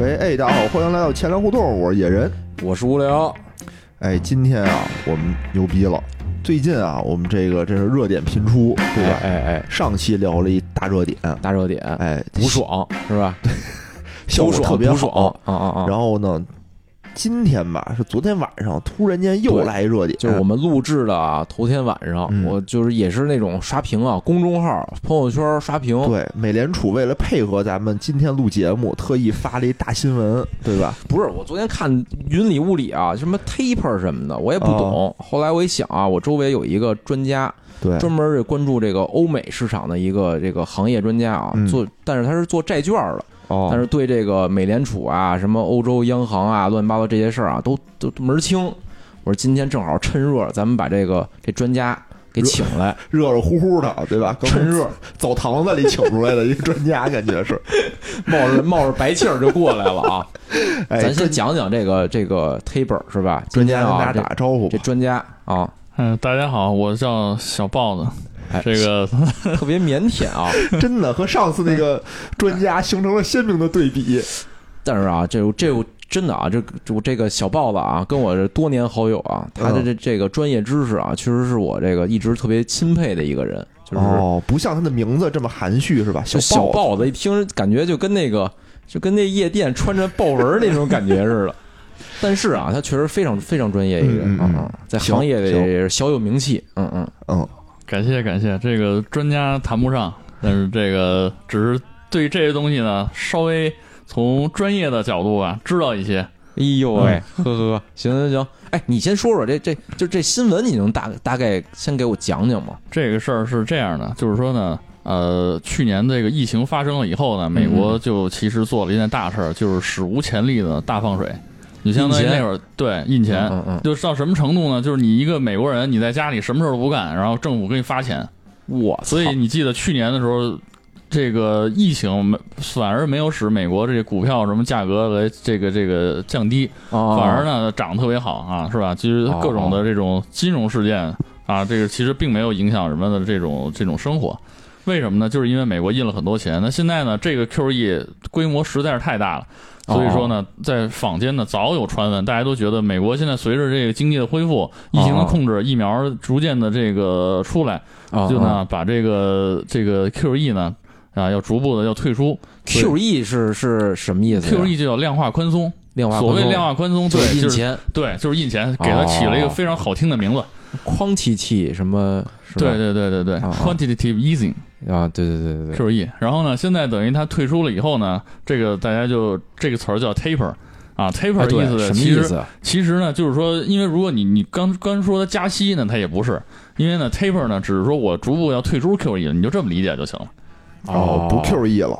喂，哎，大家好，欢迎来到钱粮胡同，我是野人。我是无聊，哎，今天啊，我们牛逼了。最近啊，我们这个这是热点频出，对哎吧？哎哎，上期聊了一大热点，大热点，哎，不爽是吧？效不果爽特别不爽好。，啊啊啊！然后呢，今天吧，是昨天晚上突然间又对来一热点，就是我们录制的啊，头天晚上嗯，我就是也是那种刷屏啊，公众号、朋友圈刷屏，对美联储为了配合咱们今天录节目，特意发了一大新闻，对吧？不是，我昨天看云里雾里啊，什么 taper 什么的，我也不懂。后来我一想啊，我周围有一个专家，对，专门关注这个欧美市场的一个这个行业专家啊嗯，做，但是他是做债券的，哦但是对这个美联储啊、什么欧洲央行啊、乱七八糟这些事儿啊，都都都门儿清。我说今天正好趁热，咱们把这个这专家给请来，热热乎乎的，对吧？刚趁热澡堂子里请出来的一个专家，感觉是。冒着冒着白气儿就过来了啊。 哎，咱专先讲讲这个这个 taper 是吧？专今天家跟啊，大家打个招呼这这吧。专家啊，嗯，大家好，我叫小豹子。哎这个特别腼 腆啊。真的和上次那个专家形成了鲜明的对比。但是啊，这这真的啊，这我这个小豹子啊，跟我这多年好友啊，他嗯的这这个专业知识啊，确实是我这个一直特别钦佩的一个人，就是。哦，不像他的名字这么含蓄是吧？就豹小子豹子一听感觉就跟那个就跟那夜店穿着豹纹儿那种感觉似的。但是啊，他确实非常非常专业一个人嗯嗯嗯啊，在行行业里行也是小有名气。嗯嗯，哦嗯，感谢感谢，这个专家谈不上，但是这个只是对这些东西呢，稍微从专业的角度吧，知道一些。哎呦喂，嗯呵呵，行行行，哎，你先说说这这就这新闻，你能大大概先给我讲讲吗？这个事儿是这样的，就是说呢，呃，去年这个疫情发生了以后呢，嗯美国就其实做了一件大事儿，就是史无前例的大放水。你相当于印钱那会儿对印钱，嗯嗯就是到什么程度呢？就是你一个美国人，你在家里什么事儿都不干，然后政府给你发钱。嗯，我操所以你记得去年的时候，这个疫情没反而没有使美国这股票什么价格来这个这个降低，啊反而呢涨得特别好啊，是吧？其实各种的这种金融事件啊，这个其实并没有影响人们的这种这种生活。为什么呢？就是因为美国印了很多钱。那现在呢，这个 QE 规模实在是太大了，所以说呢，在坊间呢早有传闻，大家都觉得美国现在随着这个经济的恢复、疫情的控制、疫苗逐渐的这个出来，啊就呢把这个这个 QE 呢啊要逐步的要退出，QE E 是是什么意思呀，QE 就叫量化宽松。量化 E 所谓宽松量化宽松，就对，是就印是钱，哦对，就是印钱，给它起了一个非常好听的名字。框气气什么？是吧对对对对对啊啊，quantitative easing 啊，对对对对对， QE。然后呢，现在等于它退出了以后呢，这个大家就这个词儿叫 taper 啊哎，taper 对意思什么其意实思啊？其实呢，就是说，因为如果你你刚刚说它加息呢，它也不是，因为呢 taper 呢，只是说我逐步要退出 QE 了，你就这么理解就行了。哦，不 QE 了，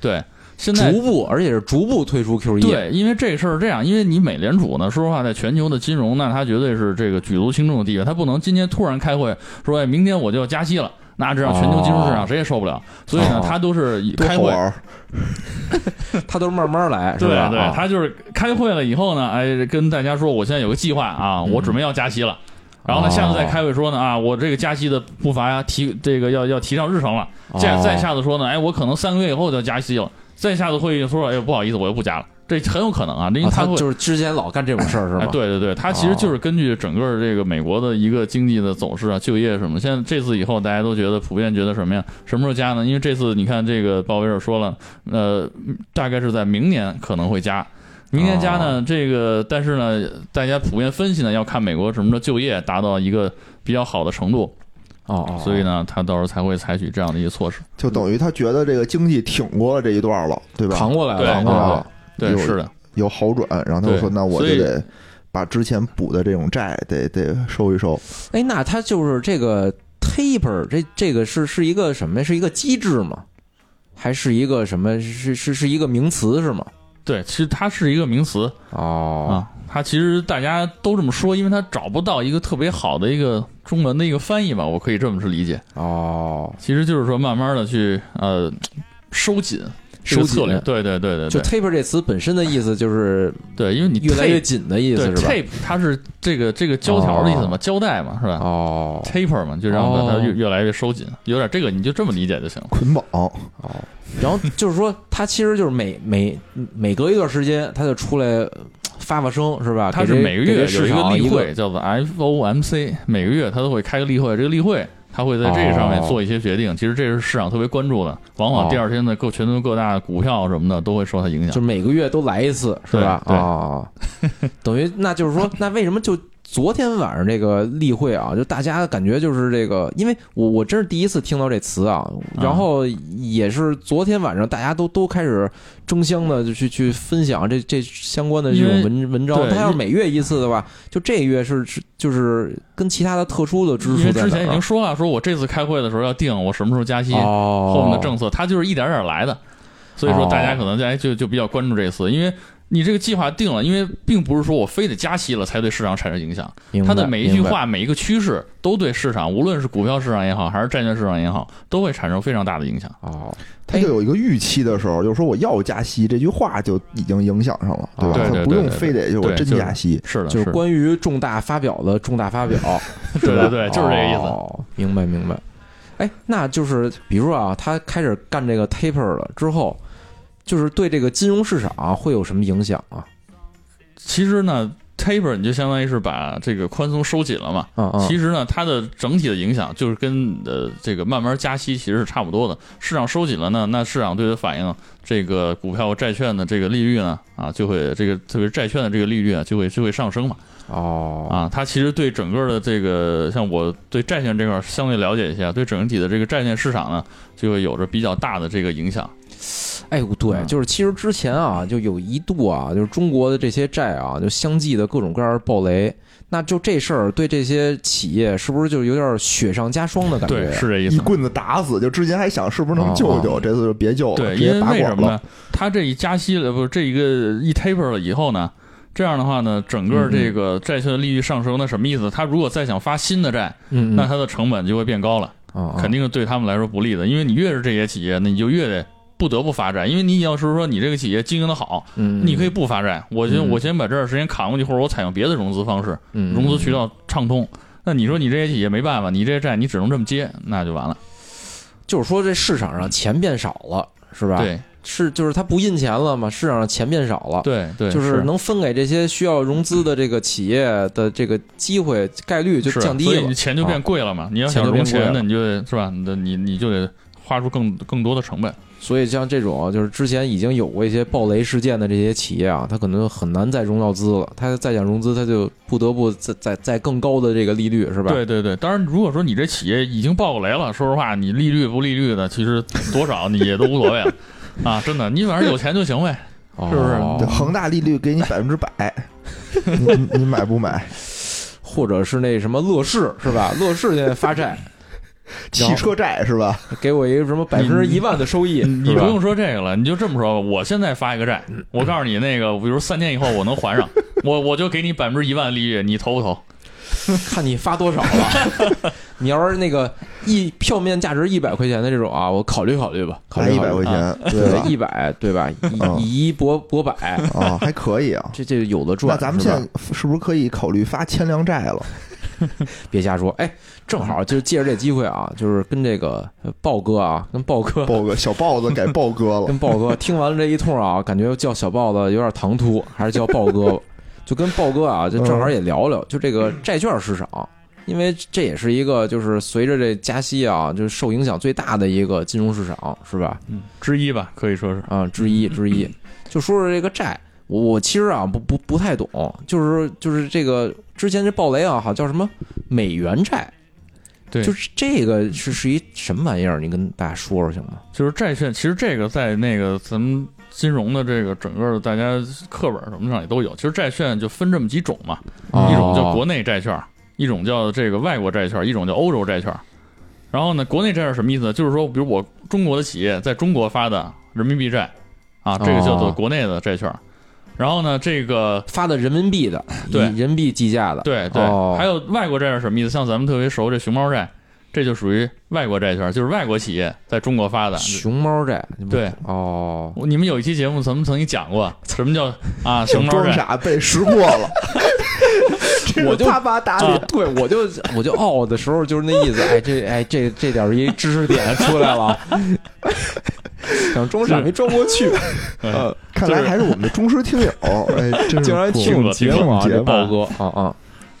对，现在逐步，而且是逐步退出 QE。，对，因为这事儿是这样，因为你美联储呢，说实话，在全球的金融，那它绝对是这个举足轻重的地位，它不能今天突然开会说，哎，明天我就要加息了。那这样全球金融市场谁也受不了，所以呢哦，它都是以多开好会玩，儿！他都是慢慢来，是对吧？对啊，它就是开会了以后呢，哎，跟大家说，我现在有个计划啊，嗯我准备要加息了。然后呢，下次再哦开会说呢啊，我这个加息的步伐呀，提这个要要提上日程了。再哦再下次说呢，哎，我可能三个月以后就要加息了。再下次会议说，哎，不好意思，我又不加了。这很有可能啊，因为啊他会就是之前老干这种事儿，是哦哎，吧？，对对对，它其实就是根据整个这个美国的一个经济的走势啊、就业什么。现在这次以后，大家都觉得普遍觉得什么呀？什么时候加呢？因为这次你看这个鲍威尔说了，呃，大概是在明年可能会加。明年加哦呢，这个但是呢，大家普遍分析呢，要看美国什么时候就业达到一个比较好的程度，哦哦，所以呢，他到时候才会采取这样的一个措施。就等于他觉得这个经济挺过了这一段了，对吧？扛过来对了，扛过来了。对，有是的，有好转，然后他就对说：“那我所就以得把之前补的这种债得得收一收。哎，那他就是这个 taper，这这个是是一个什么呀？是一个机制吗？还是一个什么？是是是一个名词是吗？对，其实它是一个名词，哦，啊，它其实大家都这么说，因为它找不到一个特别好的一个中文的一个翻译吧，我啊可以这么去理解。哦，其实就是说，慢慢的去呃收紧，这个收策紧。略，对对对对就对 taper 这词本身的意思就是对，因为你越来越 tape- 紧的意思对是吧？ tape 它是这个这个胶条的意思嘛，胶带嘛是吧？哦 taper 嘛，就让它哦越越来越收紧，有点这个你就这么理解就行了。捆绑，哦，然后就是说，他其实就是每每每隔一段时间，他就出来呃发发声，是吧？它给是这每个给月这有市一场个例一会，叫做 FOMC，每个月它都会开个例会，这个例会它会在这个上面哦做一些决定。其实这是市场特别关注的，往往第二天的各全球各大股票什么的都会受它影就响。每个月都来一次，是吧？对对哦， 等于那就是 说，那为什么就昨天晚上这个例会啊，就大家感觉就是这个，因为我我真是第一次听到这词啊，然后也是昨天晚上大家都都开始争相的就去去分享这这相关的这种因为文文章。对他要是因每月一次的话，就这月是是就是跟其他的特殊的支因出为在之前已哪儿啊经说了，说我这次开会的时候要定我什么时候加息，哦，后面的政策，它就是一点点来的。所以说，大家可能在就就比较关注这次，因为你这个计划定了，因为并不是说我非得加息了才对市场产生影响，明白它的每一句，明白话、每一个趋势都对市场，无论是股票市场也好，还是债券市场也好，都会产生非常大的影响。哦，哎它就有一个预期的时候，就是说我要加息这句话就已经影响上了，对吧？对它啊对不对用对非得就我对真就是加息，是的，就是的关于重大发表的重大发表， 对对对，就是这个意思。哦，明白明白。哎，那就是比如说啊，他开始干这个 taper 了之后，就是对这个金融市场啊、会有什么影响啊？其实呢，taper 你就相当于是把这个宽松收紧了嘛。嗯嗯，其实呢，它的整体的影响就是跟呃这个慢慢加息其实是差不多的。市场收紧了呢，那市场对它反应，这个股票债券的这个利率呢，啊就会这个特别是债券的这个利率啊就会就会上升嘛。哦啊，它其实对整个的这个，像我对债券这块儿相对了解一下，对整体的这个债券市场呢，就会有着比较大的这个影响。哎，对，嗯就是其实之前啊，就有一度啊，就是中国的这些债啊，就相继的各种各样的暴雷。那就这事儿对这些企业是不是就有点雪上加霜的感觉？对，是这意一思。棍子打死。就之前还想是不是能救救，这次就别救了，对，直因接为打为什广么了呢。？它这一加息了，不是这一个一 taper 了以后呢，这样的话呢，整个这个债券的利率上升，那什么意思？它如果再想发新的债，嗯，嗯那它的成本就会变高了，啊啊肯定是对他们来说不利的。因为你越是这些企业，那你就越得不得不发债，因为你要是说你这个企业经营的好，嗯，你可以不发债，我先我先把这段时间扛过去，或者我采用别的融资方式，嗯融资渠道畅通。那你说你这些企业没办法，你这些债你只能这么接，那就完了。就是说这市场上钱变少了，是吧？，对是就是它不印钱了嘛，市场上钱变少了，对对，就是能分给这些需要融资的这个企业的这个机会概率就是降低所以了啊你。钱就变贵了嘛。你要钱想就变融贵了钱，那你就得是吧？你的你你就得花出更更多的成本。所以像这种就是之前已经有过一些暴雷事件的这些企业啊，它可能很难再融到资了。它再想融资，它就不得不再再再更高的这个利率，是吧？对对对，当然，如果说你这企业已经爆过雷了，说实话，你利率不利率的，其实多少你也都无所谓了啊！真的，你反正有钱就行呗。哦，是不是 对恒大利率给你百分之百，你你你买不买？或者是那什么乐视是吧？乐视现在发 债，汽车债是吧？给我一个什么百分之嗯一万的收益，你是不吧嗯用说这个了，你就这么说吧。我现在发一个债，我告诉你，那个，比如三天以后我能 还上，我我就给你百分之一万利率，你投不投？看你发多少了。 你要是那个一票面价值一百块钱的这种啊，我考虑考虑吧，考还虑一考虑百块钱，对吧对，？一百对吧？嗯以以一博博百，啊，还可以啊。这这有的赚。那咱们是现吧在是不是可以考虑发千粮债了？别瞎说，哎，正好就借着这机会啊，就是跟这个呃豹哥啊，跟豹哥，豹哥，小豹子改豹哥了，跟豹哥听完了这一通啊，感觉叫小豹子有点唐突，还是叫豹哥 吧，就跟豹哥啊，就正好也聊聊，就这个债券市场。因为这也是一个，就是随着这加息啊，就是受影响最大的一个金融市场，是吧？嗯，之一吧，可以说是。啊，之一之一。就说说这个债，我我其实啊不不不太懂，就是就是这个之前这暴雷啊，好叫什么美元债，对就是这个是是一什么玩意儿？你跟大家说说行吗？就是债券，其实这个在那个咱们金融的这个整个的大家课本什么上也都有。其实债券就分这么几种嘛，哦一种叫国内债券，一种叫这个外国债券，一种叫欧洲债券。然后呢，国内债券什么意思呢？就是说，比如我中国的企业在中国发的人民币债，啊，这个叫做哦国内的债券。然后呢，这个发的人民币的，对以人民币计价的，对对，哦还有外国债是什么意思？像咱们特别熟这熊猫债，这就属于外国债券，就是外国企业在中国发的。熊猫债，你们对哦，我你们有一期节目曾曾经讲过什么叫 啊熊净猫装债？傻被识破了，这是我就啪啪打啊脸。对，我就我就傲的时候就是那意思，哎，这哎这这点儿一知识点出来 了，想装傻是没装过去，嗯看来还是我们的忠实听友，哎，真是竟然不听我们节听目啊，这我们节目豹哥啊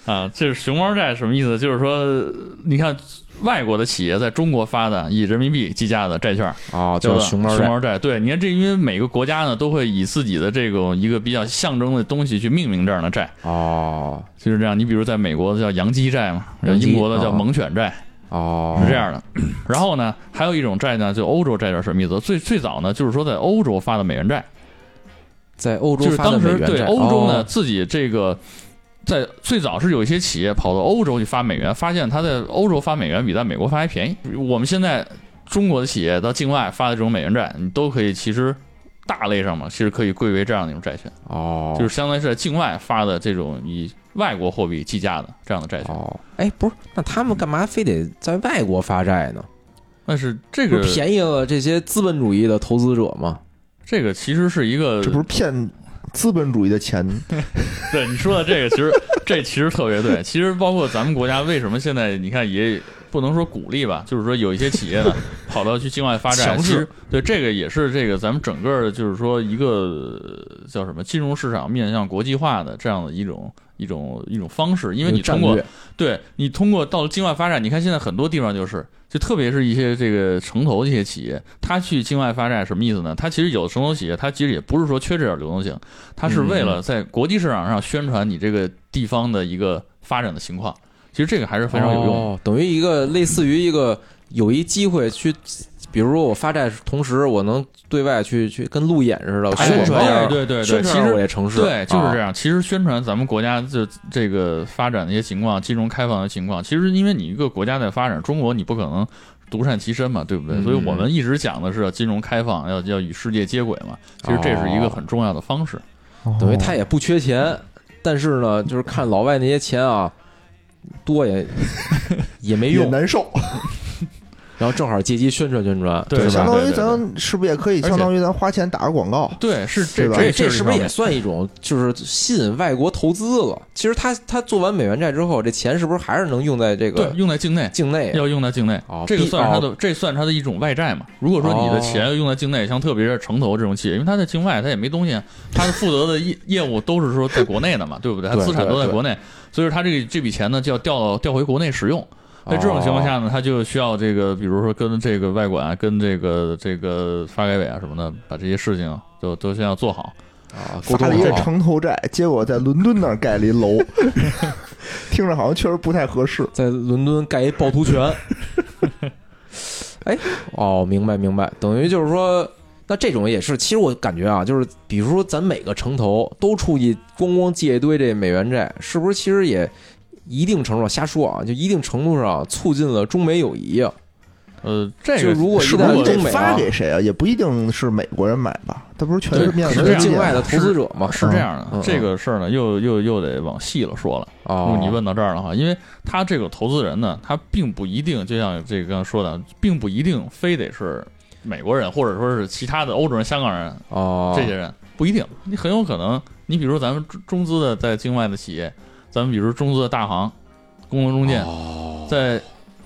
啊，啊，这是熊猫债什么意思？就是说，呃你看外国的企业在中国发的以人民币计价的债券，哦，叫叫做熊猫熊债，猫债。对，你看这，因为每个国家呢都会以自己的这种一个比较象征的东西去命名这样的债，哦就是这样。你比如在美国的叫洋基债嘛，洋基英国的叫啊猛犬债，哦，是这， 样的。然后呢，还有一种债呢，就欧洲债券什么意思？最最早呢，就是说在欧洲发的美元债，在欧洲就是发的当美时元对债，欧洲呢哦，自己这个。在最早是有一些企业跑到欧洲去发美元，发现它在欧洲发美元比在美国发还便宜。我们现在中国的企业到境外发的这种美元债，你都可以其实大类上嘛，其实可以归为这样的一种债券，哦，就是相当于是在境外发的这种以外国货币计价的这样的债券。哦，哎，不是，那他们干嘛非得在外国发债呢？但是这不个是便宜了这些资本主义的投资者吗？这个其实是一嗯个这不是骗资本主义的钱？对你说的这个，其实这其实特别对。其实包括咱们国家为什么现在你看也不能说鼓励吧，就是说有一些企业呢跑到去境外发展，强其制实对这个也是这个咱们整个的就是说一个呃叫什么金融市场面向国际化的这样的一种一种一种方式，因为你战通过略对你通过到了境外发展，你看现在很多地方就是，就特别是一些这个城投的一些企业，它去境外发展什么意思呢？它其实有的城投企业，它其实也不是说缺这点流动性，它是为了在国际市场上宣传你这个地方的一个发展的情况。其实这个还是非常有用的。哦，等于一个类似于一个有一机会去，比如说我发债，同时我能对外去去跟路演似的哎宣传一下，对对对宣对，传一其下我实这城市，对就是样。这样。其实宣传咱们国家就这个发展的一些情况，金融开放的情况，其实因为你一个国家在发展，中国你不可能独善其身嘛，对不对？嗯所以我们一直讲的是要金融开放，要要与世界接轨嘛。其实这是哦一个很重要的方式。哦等哦于他也不缺钱，但是呢，就是看老外那些钱啊，多也也没也用，难受，然后正好借机宣传宣传，对是相吧？当于对对咱是不是也可以且相当于咱花钱打个广告？对，是这是吧这这这是不是一方也面算一种就是吸引外国投资了？其实他他做完美元债之后，这钱是不是还是能用在这对个用在境内？境内啊？要用在境内哦，这个必算是它的，这算是它的一种外债嘛？如果说你的钱用在境内，像特别是城投这种企业，因为它在境外，它也没东西，啊它负责的业 业务都是说在国内的嘛，对不对？它对资产都在对国内，所以说它这个这笔钱呢就要调到调回国内使用。在这种情况下呢，它就需要这个，比如说跟这个外管啊、跟这个这个发改委啊什么的，把这些事情都都先要做好。啊，沟发通了一个好城投债，结果在伦敦那儿盖了一楼，听着好像确实不太合适。在伦敦盖一趵突泉。哎，哦，明白明白，等于就是说，那这种也是，其实我感觉啊，就是比如说咱每个城投都出去咣咣借一堆这美元债，是不是其实也一定程度上瞎说啊，就一定程度上促进了中美友谊啊？呃，这就个如果一是不旦是中得美啊发给谁啊？也不一定是美国人买吧？他不是全是面对向可是这是样境外的投资者嘛，是这样嗯嗯，的这个事儿呢，又又又得往细了说了。如哦果，你问到这儿的话，因为他这个投资人呢，他并不一定，就像这个刚才说的，并不一定非得是美国人，或者说是其他的欧洲人、香港人哦，这些人，不一定。你很有可能，你比如说咱们中中资的在境外的企业，咱们比如说中资的大行、工农中建，哦在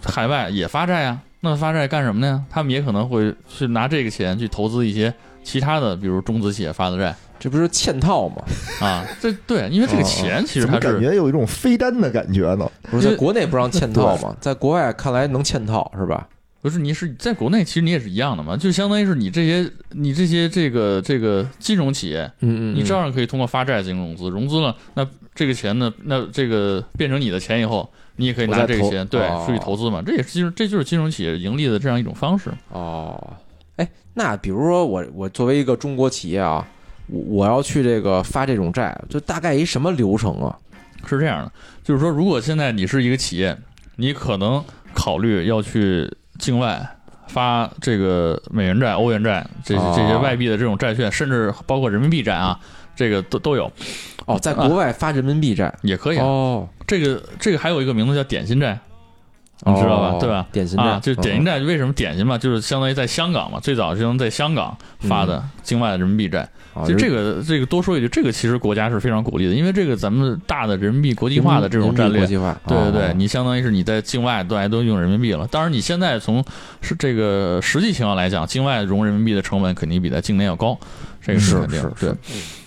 海外也发债啊。那发债干什么呢？他们也可能会去拿这个钱去投资一些其他的，比如中资企业发的债这不是嵌套吗？啊。这对，因为这个钱其实怎么它感是觉有一种飞单的感觉呢？不是因在为国内不让嵌套吗？在国外看来能嵌套是吧？不是，你是在国内，其实你也是一样的嘛，就相当于是你这些你这些这个这个金融企业，嗯嗯，你照样可以通过发债进行融资，融资了，那这个钱呢，那这个变成你的钱以后，你也可以我再拿这个投钱对哦出去投资嘛，这也是金融，这就是金融企业盈利的这样一种方式。哦，哎，那比如说我我作为一个中国企业啊，我我要去这个发这种债，就大概一什么流程啊？是这样的，就是说，如果现在你是一个企业，你可能考虑要去境外发这个美元债、欧元债，这哦这些外币的这种债券，甚至包括人民币债啊，这个都都有，哦，在国外发人民币债，也可以啊。哦这个这个还有一个名字叫点心债，你知道吧哦对吧？点心嗯啊，债就点心，债，为什么点心嘛，就是相当于在香港嘛，最早是用在香港发的境外的人民币债。嗯其实这个个这个多说一句，这个其实国家是非常鼓励的，因为这个咱们大的人民币国际化的这种战略国，际化，对对对，哦你相当于是你在境外大家都用人民币了。当然，你现在从是这个实际情况来讲，境外融人民币的成本肯定比在境内要高，这个是肯定是对。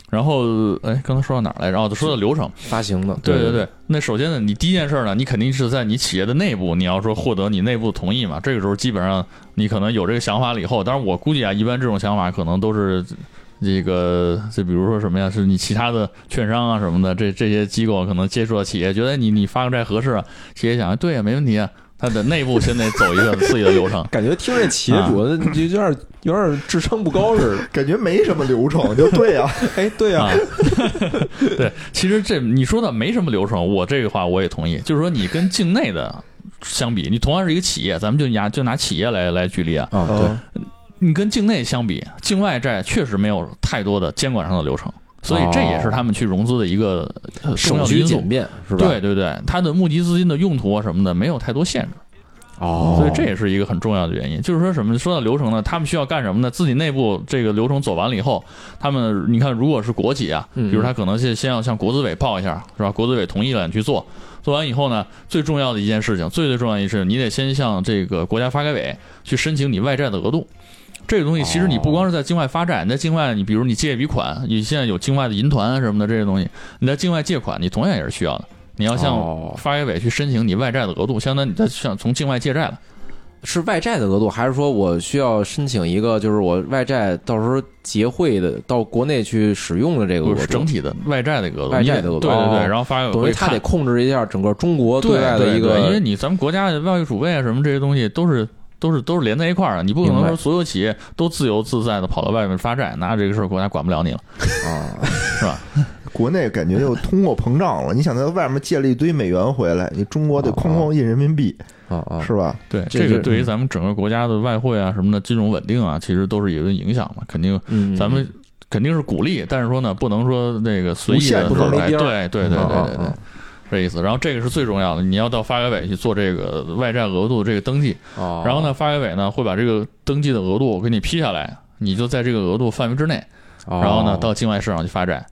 然后，哎，刚才说到哪儿来着？哦，说到流程。发行的，对对对对，那首先呢，你第一件事呢，你肯定是在你企业的内部，你要说获得你内部同意嘛。这个时候基本上你可能有这个想法了以后，当然我估计啊，一般这种想法可能都是这个，就比如说什么呀，是你其他的券商啊什么的，这这些机构可能接触到企业，觉得你你发个债合适啊，企业想对呀、没问题啊，他的内部先得走一个自己的流程。感觉听这企业主的啊就有点有点智商不高似 的。感觉没什么流程，就对啊，哎，对啊 啊，，对，其实这你说的没什么流程，我这个话我也同意，就是说你跟境内的相比，你同样是一个企业，咱们就拿就拿企业来来举例啊，啊 对，你跟境内相比，境外债确实没有太多的监管上的流程，所以这也是他们去融资的一个呃重省要的区因素简。便是吧？对对对，它的募集资金的用途啊什么的没有太多限制，哦，所以这也是一个很重要的原因。就是说什么？说到流程呢，他们需要干什么呢？自己内部这个流程走完了以后，他们你看，如果是国企啊，嗯比如他可能先先要向国资委报一下，是吧？国资委同意了，你去做。做完以后呢，最重要的一件事情，最最重要的一件事情，你得先向这个国家发改委去申请你外债的额度。这个东哦西其实你不光是在境外发债，你在境外，你比如你借一笔款，你现在有境外的银团啊什么的这些东西，你在境外借款，你同样也是需要的。你要向哦发改委去申请你外债的额度，相当于你在向从境外借债了。是外债的额度，还是说我需要申请一个，就是我外债到时候结汇的到国内去使用的这个额不度？是整体的外债的额度，外债的你额度对对哦对，然后发改委等于会他看得控制一下整个中国对外的对一个，对因为你咱们国家的外汇储备啊什么这些东西都是都是都是连在一块儿的，你不可明能白说所有企业都自由自在的跑到外面发债，那这个事儿国家管不了你了。啊，国内感觉又通货膨胀了。你想在外面借了一堆美元回来，你中国哦得哐哐印人民币，啊啊，是吧？对，这这是个对于咱们整个国家的外汇啊什么的金融稳定啊，其实都是有影响嘛，肯定嗯，咱们。肯定是鼓励，但是说呢，不能说那个随无意限的不能没来，边对对对对啊对啊对啊，这意思。然后这个是最重要的，你要到发改委去做这个外债额度的这个登记，哦然后呢，发改委呢会把这个登记的额度给你批下来，你就在这个额度范围之内，哦，然后呢到境外市场去发债。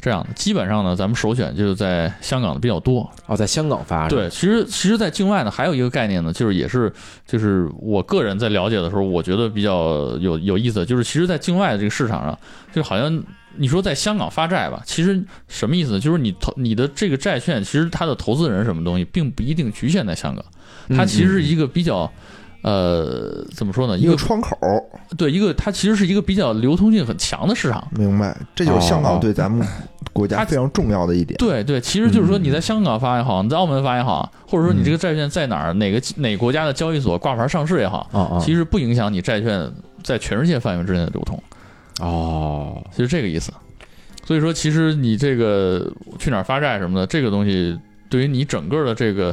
这样的，基本上呢，咱们首选就是在香港的比较多。哦，在香港发，对，其实其实，在境外呢，还有一个概念呢，就是也是就是我个人在了解的时候，我觉得比较有有意思的，就是其实，在境外的这个市场上，啊就好像你说在香港发债吧，其实什么意思呢？就是你投你的这个债券，其实它的投资人什么东西，并不一定局限在香港。嗯，它其嗯实是一个比较，呃，怎么说呢？一一个个窗口，对一个，它其实是一个比较流通性很强的市场。明白？这就是哦香港对咱们国家它非常重要的一点。对对，其实就是说你嗯在香港发也好，你在澳门发也好，或者说你这个债券在哪儿哪个哪个国家的交易所挂牌上市也好，啊啊，其实不影响你债券在全世界范围之内的流通，哦，其实这个意思。所以说，其实你这个去哪儿发债什么的，这个东西对于你整个的这个，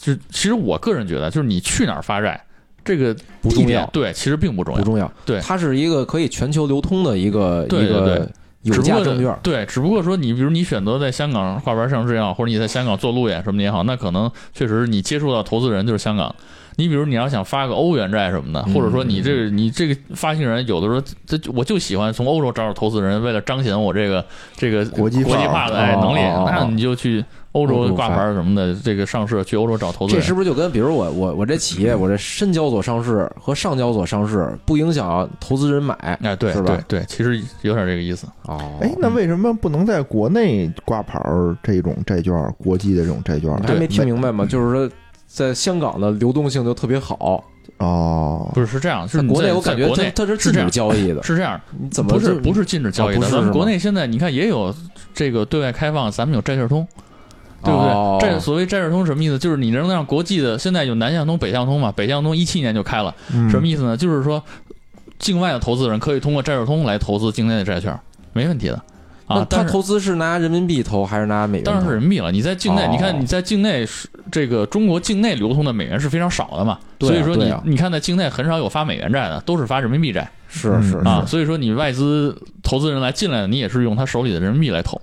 就其实我个人觉得，就是你去哪儿发债，这个不地重点要对，其实并不重要不。重要，对它是一个可以全球流通的一个对一个对有只不价过证券，对，只不过说你比如你选择在香港挂牌上市也好，或者你在香港做路演什么的也好，那可能确实你接触到投资人就是香港。你比如你要想发个欧元债什么的，嗯或者说你这个你这个发行人有的时候这这我就喜欢从欧洲找找投资人，为了彰显我这个这个国际际化化的哎哦能力哦哦，那你就去欧欧洲洲挂发牌什么的，这个上市去欧洲找投资这人是。不是就跟比如我我我这企业我这深交所上市和上交所上市不影响投资人买哎，对是吧对对，其实有点这个意思。哦哎，那为什么不能在国内挂牌儿这种债券，国际的这种债券？你还没听美明白吗？就是说，在香港的流动性就特别好，哦，不是是这样，就是在你国内在我感在觉国它内它是自是这主样交易 的，是这样，你怎么不是就不是禁止交啊易不的，是咱是们吗国内现在你看也有这个对外开放，咱们有债券通，对不哦对？债所谓债券通什么意思？就是你能让国际的现在有南向通、北向通嘛？北向通一七年就开了，嗯什么意思呢？就是说境外的投资人可以通过债券通来投资境内的债券，没问题的那啊。他但是投资是拿人民币投还是拿美元投？当然是人民币了。你在境内，哦你看你在境内是这个中国境内流通的美元是非常少的嘛，对啊所以说对你啊你看在境内很少有发美元债的，都是发人民币债。是是嗯啊啊，所以说你外资投资人来进来，你也是用他手里的人民币来投，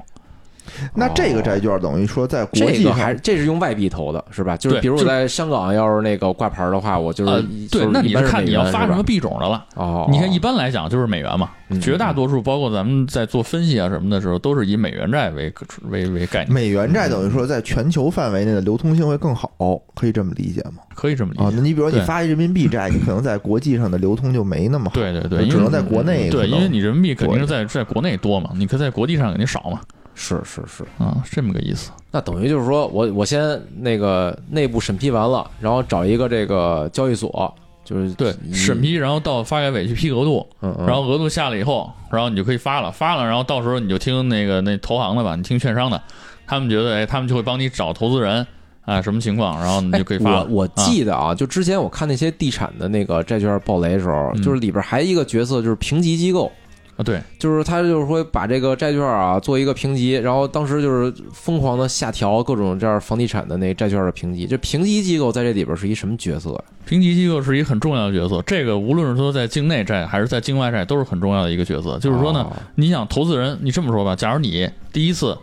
那这个债券等于说在国这际个上还这是用外币投的，是吧？就是对比如我就是在香港要是那个挂牌的话，我就是呃，就对是，那一你般是看美你要元发是什吧么币种的了。哦，你看，一般来讲就是美元嘛嗯，绝大多数包括咱们在做分析啊什么的时候，都是以美元债为为为概嗯念，美元债等于说在全球范围内的流通性会更好，可以这么理解吗？可以这么理哦啊，解。那你比如说你对发一人民币债，你可能在国际上的流通就没那么好。对对对，只因为能在国内可对，能因为你人民币肯定是在在国内多嘛，你可在国际上肯定少嘛，是是是，啊，是这么个意思。那等于就是说我我先那个内部审批完了，然后找一个这个交易所，就是对，审，批，然后到发改委去批额度，嗯嗯，然后额度下了以后，然后你就可以发了，发了，然后到时候你就听那个那投行的吧，你听券商的，他们觉得哎，他们就会帮你找投资人啊，什么情况，然后你就可以发哎了。我我啊记得啊，就之前我看那些地产的那个债券暴雷的时候，嗯就是里边还一个角色就是评级机构，啊，对，就是他就是说把这个债券啊做一个评级，然后当时就是疯狂的下调各种这样房地产的那债券的评级。这评级机构在这里边是一什么角色呀？啊评级机构是一个很重要的角色，这个无论是说在境内债还是在境外债都是很重要的一个角色。就是说呢，哦你想投资人，你这么说吧，假如你第一次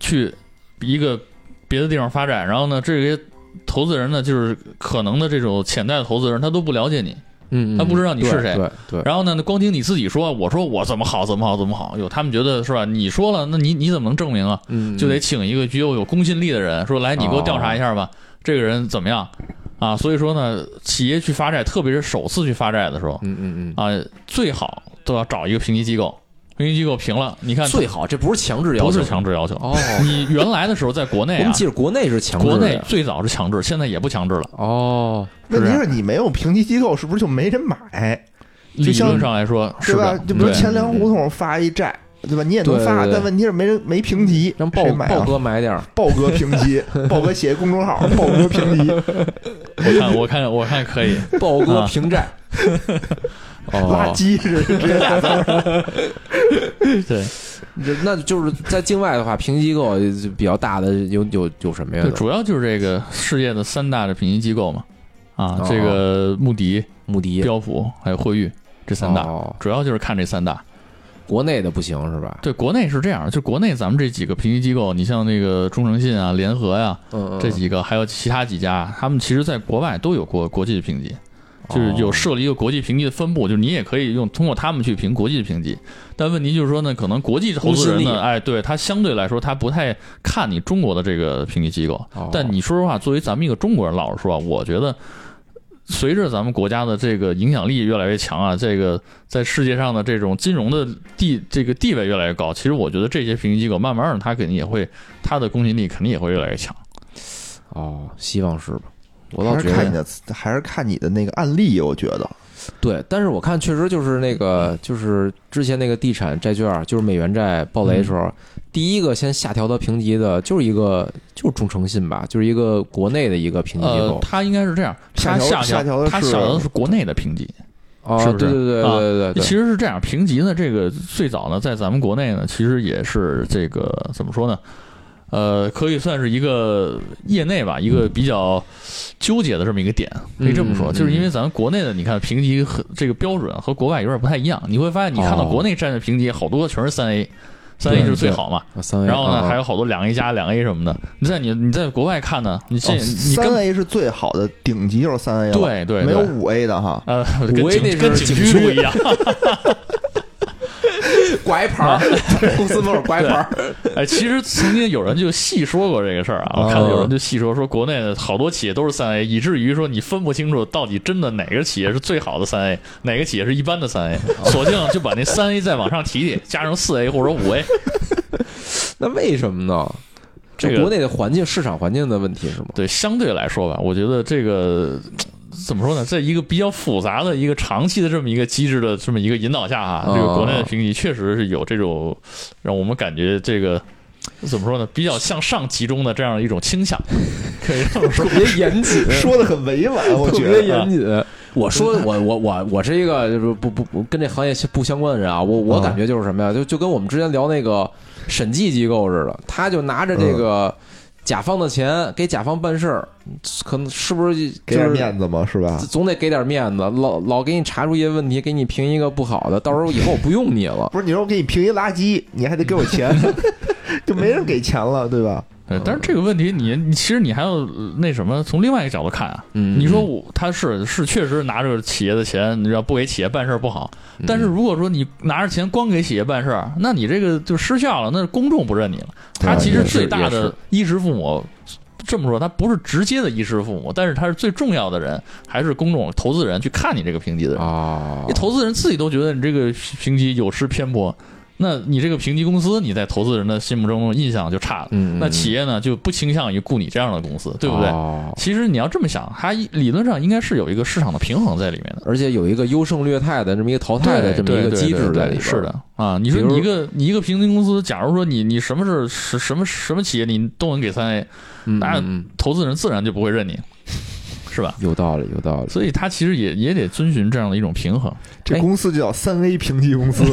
去一个别的地方发展，然后呢，这些投资人呢，就是可能的这种潜在的投资人，他都不了解你，嗯，嗯他不知道你是对谁对，对然后呢，光听你自己说，我说我怎么好，怎么好，怎么好，有他们觉得是吧？你说了，那你你怎么能证明啊？嗯，就得嗯请一个具有有公信力的人，说来你给我调查一下吧，这个人怎么样啊？所以说呢，企业去发债，特别是首次去发债的时候嗯嗯嗯。啊，最好都要找一个评级机构，评级机构评了，你看最好，这不是强制要不求，是强制 要求。哦，你原来的时候在国内我啊们，记得国内是强制国的内呀，最早是强制，现在也不强制了。哦，问题是你没有评级机构，是不是就没人买，理像论上来说对是吧的，？就比如对钱粮胡同发一债，对吧？你也能对发，对对但问题是没人没评级，让豹谁买豹啊？哥买点 儿，豹哥评级， 豹哥写公众号，豹哥评级，哦我看我看我看 可以，豹啊哥平 债，垃哦，圾是直接打字儿。对。这那就是在境外的话，评级机构就比较大的有有有什么呀对，？主要就是这个世界的三大的评级机构嘛，啊，哦这个穆迪、穆迪标普还有惠誉这三大，哦主要就是看这三大。国内的不行是吧？对，国内是这样，就国内咱们这几个评级机构，你像那个中诚信啊、联合呀、嗯，嗯这几个，还有其他几家，他们其实在国外都有国国际的评级，就是哦有设立一个国际评级的分布，就是你也可以用通过他们去评国际的评级。但问题就是说呢，可能国际投资人公信力呢，哎，对他相对来说他不太看你中国的这个评级机构。哦但你说实话，作为咱们一个中国人，老实说啊，我觉得随着咱们国家的这个影响力越来越强啊，这个在世界上的这种金融的地这个地位越来越高，其实我觉得这些评级机构慢慢的，它肯定也会它的公信力肯定也会越来越强。哦，希望是吧？ 我还倒是觉看你得哦的，还是看你的那个案例，我觉得。对，但是我看确实就是那个，就是之前那个地产债券，就是美元债暴雷的时候，嗯第一个先下调到评级的就是一个就是中诚信吧，就是一个国内的一个评级机呃构，。它应该是这样，它下调下调的它是下调的是国内的评级。哦，是不是对对对啊对对对，其实是这样，评级呢，这个最早呢，在咱们国内呢，其实也是这个怎么说呢？呃，可以算是一个业内吧，一个比较纠结的这么一个点，可以这么说，嗯就是因为咱们国内的，你看评级和这个标准和国外有点不太一样，你会发现，你看到哦国内占的评级好多全是三 A，三对 A 就是最对好嘛，啊三位，然后呢啊还有好多两 A 加、两 A 什么的，你在你你在国外看呢，你哦这、你哦三跟 A 是最好的，顶级就是三 A 了，对对没有对，五 A 的哈。呃，跟五 A 那景是跟景景区区不一样。拐牌 啊儿，公司门口拐牌儿， 哎，其实曾经有人就细说过这个事儿啊，我看到有人就细说说国内的好多企业都是三 A，以至于说你分不清楚到底真的哪个企业是最好的三 A，哪个企业是一般的三 A，索性就把那三 A 再往上提提，加成四 A 或者五 A。那为什么呢？这就个国内的环境、市场环境的问题是吗？对，相对来说吧，我觉得这个。怎么说呢？在一个比较复杂的一个长期的这么一个机制的这么一个引导下哈，这个国内的评级确实是有这种让我们感觉这个怎么说呢，比较向上集中的这样一种倾向，可以这么说。别严谨，说的很委婉，我特觉别得。严谨。我说我我我我是一个就是不不不跟这行业不相关的人啊，我我嗯感觉就是什么呀，就就跟我们之前聊那个审计机构似的，他就拿着这个甲方的钱给甲方办事儿，可能是不是给就点是面子嘛，是吧？总得给点面子，老老给你查出一些问题，给你评一个不好的，到时候以后我不用你了。 不是，你说我给你评一垃圾，你还得给我钱，就没人给钱了，对吧？嗯对，呃但是这个问题你，你其实你还要呃那什么，从另外一个角度看啊。嗯你说我他是是确实拿着企业的钱，你知道不给企业办事儿不好。嗯但是如果说你拿着钱光给企业办事儿，那你这个就失效了，那公众不认你了。他其实啊也是最大也是的衣食父母，这么说他不是直接的衣食父母，但是他是最重要的人，还是公众投资人去看你这个评级的人。哦你，投资人自己都觉得你这个评级有失偏颇，那你这个评级公司，你在投资人的心目中的印象就差了。嗯，哦那企业业呢就不倾向于雇你这样的公司，对不对？啊其实你要这么想，它理论上应该是有一个市场的平衡在里面的。而且有一个优胜劣汰的这么一个淘汰的这么一个机制在里边，是的啊。你说比如你一个你一个平均公司，假如说你你什么是什什么什么企业，你都能给三 A，嗯，那嗯嗯投资人自然就不会认你，是吧？有道理，有道理。所以它其实也也得遵循这样的一种平衡。这哎公司就叫三 A 评级公 司，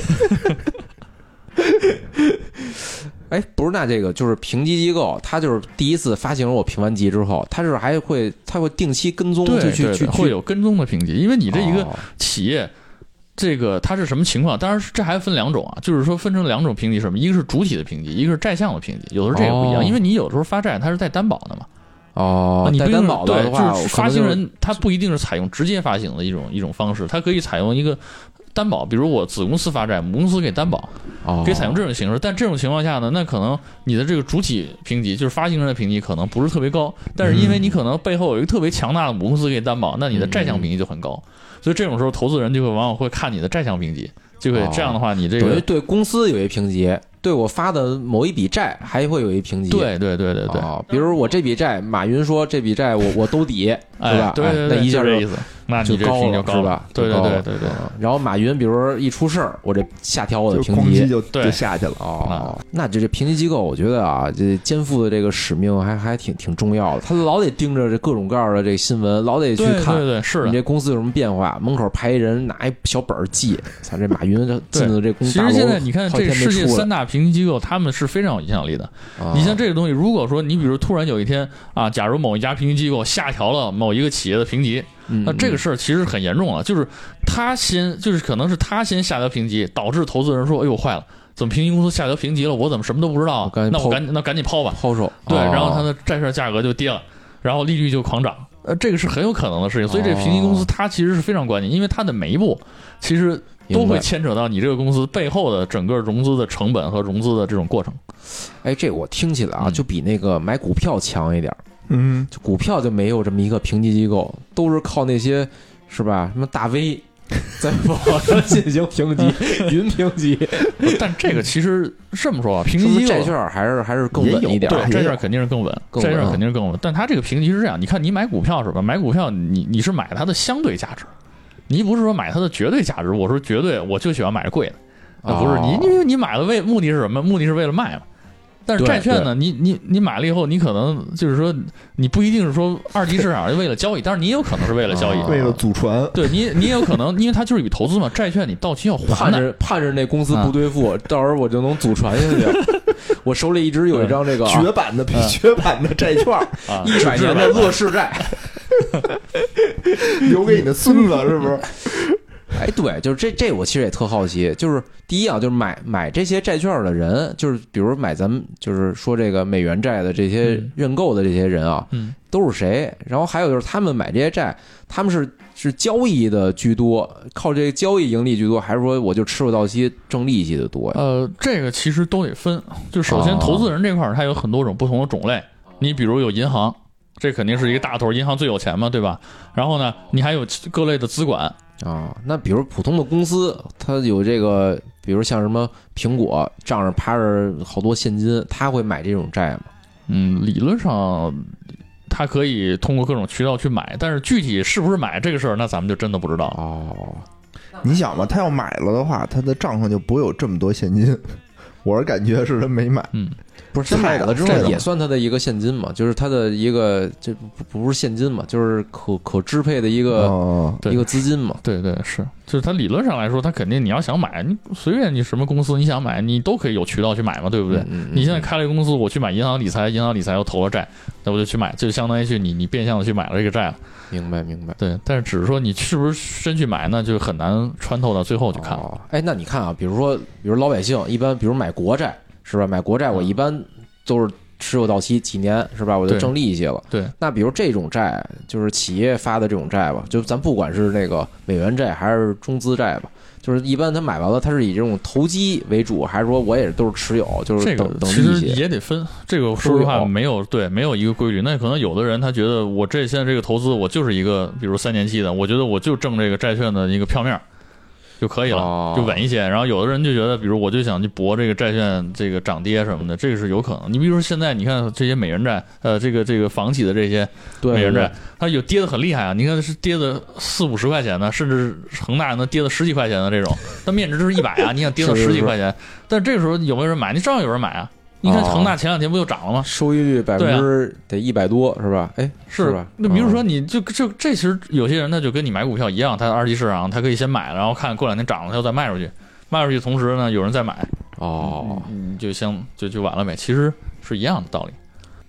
哎，不是，那这个就是评级机构，它就是第一次发行我评完级之后，它是还会，它会定期跟踪，对就去对去对，会有跟踪的评级，因为你你这一个企业，这个它是什么情况？当然是，这还分两种啊，就是说分成两种评级，什么？一个是主体的评级，一个是债项的评级。有的时候这个不一样，哦因为你有的时候发债它是带担保的嘛，哦，啊你不带一定担是保对的，话，就是我可发能行就人他不一定是采用直接发行的一种一种方式，它可以采用一个。担保，比如我子公司发债，母公司给担保，哦可以采用这种形式。但这种情况下呢，那可能你的这个主体评级，就是发行人的评级，可能不是特别高。但是因为嗯你可能背后有一个特别强大的母公司给你担保，那你的债项评级就很高。所以这种时候，投资人就会往往会看你的债项评级，就会哦这样的话，你这等于个对公司有一评级，对我发的某一笔债还会有一评级。对对对对对，哦，比如我这笔债，马云说这笔债我我都抵，哎是吧？对对哎对，那一下就就这意思，那你这高评级了就高是吧对就对高对了对对。嗯然后马云，比如一出事儿，我这下调我的就哦评攻击级。就对就下去了。哦，那这这评级机构，我觉得啊，这肩负的这个使命还还挺挺重要的，他老得盯着这各种各样的这个新闻，老得去对看对对，是你的。这公司有什么变化，门口排一人拿一小本儿记。操，这马云这进了这公其司大楼，实现在你看，好几这天没世界出来啊三大评级机构，他们是非常有影响力的。你像，这个东西，如果说你比如突然有一天啊，假如某一家评级机构下调了某一个企业的评级，那那啊这个事儿其实很严重了，就是他先，就是可能是他先下调评级，导致投资人说：“哎呦，坏了，怎么评级公司下调评级了？我怎么什么都不知道我啊赶？紧那抛我赶紧那赶紧抛吧。抛售，”对，哦然后它的债券价格就跌了，然后利率就狂涨。呃，这个是很有可能的事情，所以这个评级公司哦它其实是非常关键，因为它的每一步其实都明白会牵扯到你这个公司背后的整个融资的成本和融资的这种过程。哎，这我听起来啊，嗯就比那个买股票强一点儿。嗯，就股票就没有这么一个评级机构，都是靠那些是吧？什么大 V 在网上进行评级、云评级， 但这个其实这么说吧，评是级不机是构债券还是还是更稳一点儿？也有对，债也券肯定是更稳，更债稳券啊肯定是更稳。但它这个评级是这样，你看你买股票是吧？买股票你你是买它的相对价值，你不是说买它的绝对价值。我说绝对，我就喜欢买贵的，那不是你，哦因为你买了为目的是什么？目的是为了卖嘛。但是对债券呢，你你你买了以后，你可能就是说，你不一定是说二级市场是为了交易，但是你也有可能是为了交易。啊为了祖传，对你，你也有可能，因为它就是一笔投资嘛，债券你到期要还盼的。着盼着那公司嗯不兑付，到时候我就能祖传下去。 我手里一直有一张这个啊绝版的绝版的债 券啊一百年的乐视债。留给你的孙子，是不 是？哎，对，就是这这我其实也特好奇，就是第一啊，就是买买这些债券的人，就是比如买咱们就是说这个美元债的这些嗯认购的这些人啊，嗯，都是谁？然后还有就是他们买这些债，他们是是交易的居多，靠这个交易盈利居多，还是说我就持有到期挣利息的多呀？呃，这个其实都得分，就首先哦投资人这块儿，它有很多种不同的种类。你比如有银行，这肯定是一个大头，银行最有钱嘛，对吧？然后呢，你还有各类的资管，啊，那比如普通的公司，它有这个，比如像什么苹果账上趴着好多现金，他会买这种债吗？嗯，理论上它可以通过各种渠道去买，但是具体是不是买这个事儿，那咱们就真的不知道了。哦，你想吧，他要买了的话，他的账上就不会有这么多现金。 我是感觉是他没买，嗯，不是，他买菜的了之菜后的也算他的一个现金嘛，就是他的一个，这不不是现金嘛，就是可可支配的一个、哦，对一个资金嘛。对对是，就是它理论上来说，它肯定你要想买，你随便你什么公司你想买，你都可以有渠道去买嘛，对不对？嗯，嗯你现在开了一个公司，我去买银行理财，银行理财又投了债，那我就去买，就相当于去你你变相的去买了这个债了。明白明白。对，但是只是说你是不是真去买，那就很难穿透到最后去看了。哦，哎，那你看啊，比如说，比如老百姓一般，比如买国债。是吧？买国债我一般都是持有到期几年，是吧？我就对挣利息了。对，那比如这种债，就是企业发的这种债吧，就咱不管是那个美元债还是中资债吧，就是一般他买完了，他是以这种投机为主，还是说我也是都是持有，就是这等、个等其利实息？也得分，这个说实都话有没有对没有一个规律。那可能有的人他觉得我这现在这个投资我就是一个，比如三年期的，我觉得我就挣这个债券的一个票面儿就可以了，哦就稳一些。然后有的人就觉得，比如我就想去搏这个债券这个涨跌什么的，这个是有可能。你比如说现在你看这些美元债，呃，这个这个房企的这些对美对元对债，它有跌的很厉害啊！你看是跌的四五十块钱的，甚至恒大能跌到十几块钱的这种，那面值就是一百啊！你想跌到是是十几是块钱，但这个时候有没有人买？你照样有人买啊！你看哦恒大前两天不就涨了吗？收益率百对分啊之得一百多是吧？哎，是吧嗯那比如说你就就这其实有些人他就跟你买股票一样，他二级市场他可以先买了，然后看过两天涨了，他又再卖出去，卖出去同时呢有人再买，哦，你就先就就完了呗。其实是一样的道理。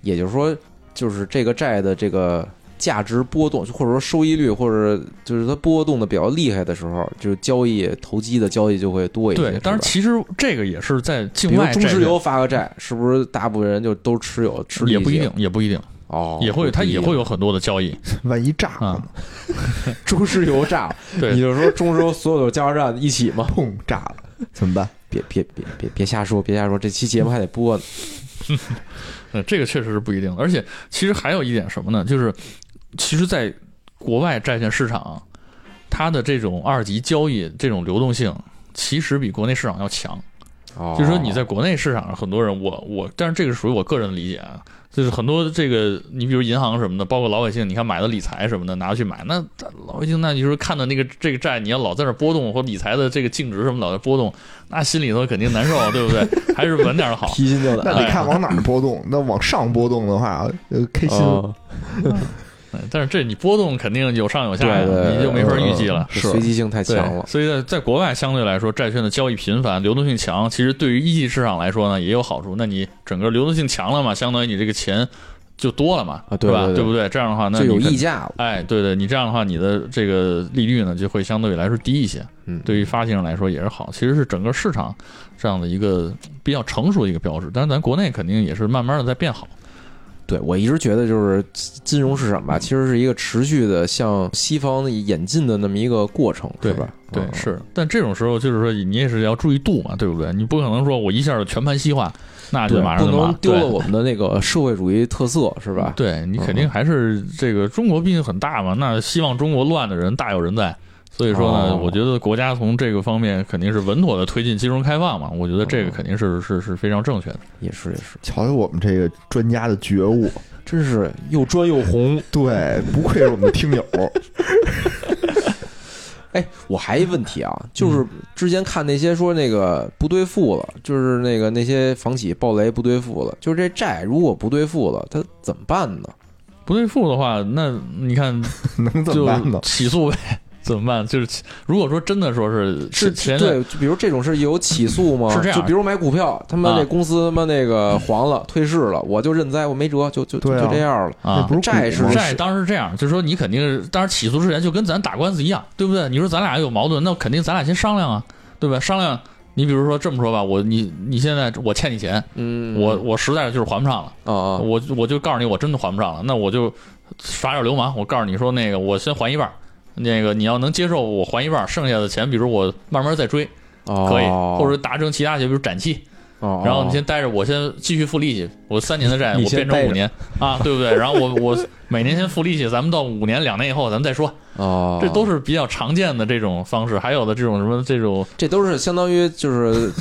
也就是说，就是这个债的这个价值波动，或者说收益率，或者就是它波动的比较厉害的时候，就是交易投机的交易就会多一些。对，当然是吧其实这个也是在比境如外中债石券油发个债，是不是大部分人就都持有持利息也不一定，也不一定，哦，也会它也会有有很多的交易。万一炸了啊呢？中石油炸了， 对你就说中石油所有的加油站一起吗？砰，炸 了怎么办？别别别别别瞎说，别瞎说，这期节目还得播 呢。呃，这个确实是不一定的。而且，其实还有一点什么呢？就是，其实，在国外债券市场，它的这种二级交易这种流动性，其实比国内市场要强。哦，就是说，你在国内市场上，很多人，我我，但是这个属于我个人的理解啊。就是很多这个，你比如银行什么的，包括老百姓，你看买的理财什么的，拿去买，那老百姓那就是看到那个这个债，你要老在那波动，或理财的这个净值什么老在波动，那心里头肯定难受，啊对不对？还是稳点儿好。提心吊 胆那得看往哪儿波 动。那往上波动的话，呃，开哎心哦啊，嗯但是这你波动肯定有上有下呀，对对对你就没法预计了。随机性太对强了，所以在在国外相对来说，债券的交易频繁，流动性强，其实对于一级市场来说呢也有好处。那你整个流动性强了嘛，相当于你这个钱就多了嘛，啊对吧？对对不对？这样的话，那就有你肯溢价了。哎，对对，你这样的话，你的这个利率呢就会相对来说低一些，嗯，对于发行人来说也是好。其实是整个市场这样的一个比较成熟的一个标志，但是咱国内肯定也是慢慢的在变好。对，我一直觉得就是金融市场吧，其实是一个持续的向西方演进的那么一个过程，对是吧？对，嗯是，但这种时候就是说，你也是要注意度嘛，对不对？你不可能说我一下就全盘西化，那就对，马上不就能麻丢了我们的那个社会主义特色，是吧？嗯对对你肯定还是这个中国毕竟很大嘛，那希望中国乱的人大有人在。所以说呢，哦我觉得国家从这个方面肯定是稳妥的推进金融开放嘛，我觉得这嗯个肯定是是是非常正确的。也是也是，瞧瞧我们这个专家的觉悟，真是又专又红。对，不愧是我们的听友。 哎，我还一问题啊，就是之前看那些说那个不兑付了，就是那个那些房企暴雷不兑付了，就是这债如果不兑付了，它怎么办呢？不兑付的话，那你看 能怎么就办呢？起诉呗， 怎么办？就是起如果说真的说是是前前对，就比如这种事有起诉吗？是这样就比如买股票，他妈啊那公司他妈那个黄了，退市了，我就认栽，我没辙，就就就对啊就这样了。啊那不是债股是吗债当时是这样，就是说你肯定是，当时起诉之前就跟咱打官司一样，对不对？你说咱俩有矛盾，那肯定咱俩先商量啊，对吧？商量，你比如说这么说吧，我你你现在我欠你钱，嗯，我我实在就是还不上了，啊啊，我我就告诉你我真的还不上了，那我就耍点流氓，我告诉你说那个我先还一半儿，那个你要能接受我还一半儿，剩下的钱比如我慢慢再追，可以，哦或者达成其他协议，比如展期，哦然后你先待着，我先继续付利息，我三年的债你我先变成待五着年啊， 对不对？然后我我每年先付利息，咱们到五年两年以后咱们再说，哦，这都是比较常见的这种方式。还有的这种什么这种这都是相当于就是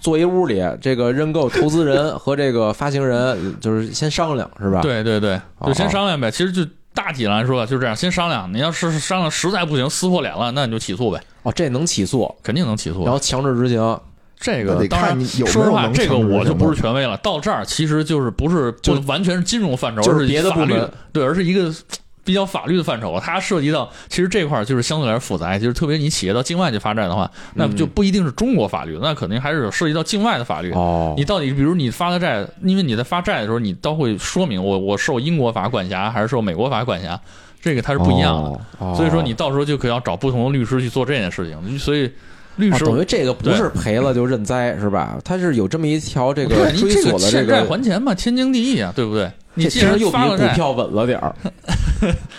坐一屋里，这个认购投资人和这个发行人就是先商量是吧？对对对，就啊哦先商量呗。其实就大体来说就这样，先商量。你要是商量实在不行撕破脸了，那你就起诉呗，哦，这能起诉，肯定能起诉然。后强制执行，这那个得当然看。你有没说实有话，能这个承受我就性不的是权威了。到这儿其实就是不是就不完全是金融范畴，就而是别的部法律门的对，而是一个比较法律的范畴。它涉及到其实这块儿就是相对来说复杂，就是特别你企业到境外去发债的话，那嗯就不一定是中国法律，那肯定还是有涉及到境外的法律。哦你到底，比如你发的债，因为你在发债的时候，你都会说明我我受英国法管辖还是受美国法管辖，这个它是不一样的。哦所以说你到时候就可要找不同的律师去做这件事情。所以律啊师等于这个不是赔了就认栽是吧？它是有这么一条这个对你追这索个的这欠债个，还钱嘛，天经地义啊，对不对？你这既其实然又比发了股债，票稳了点儿。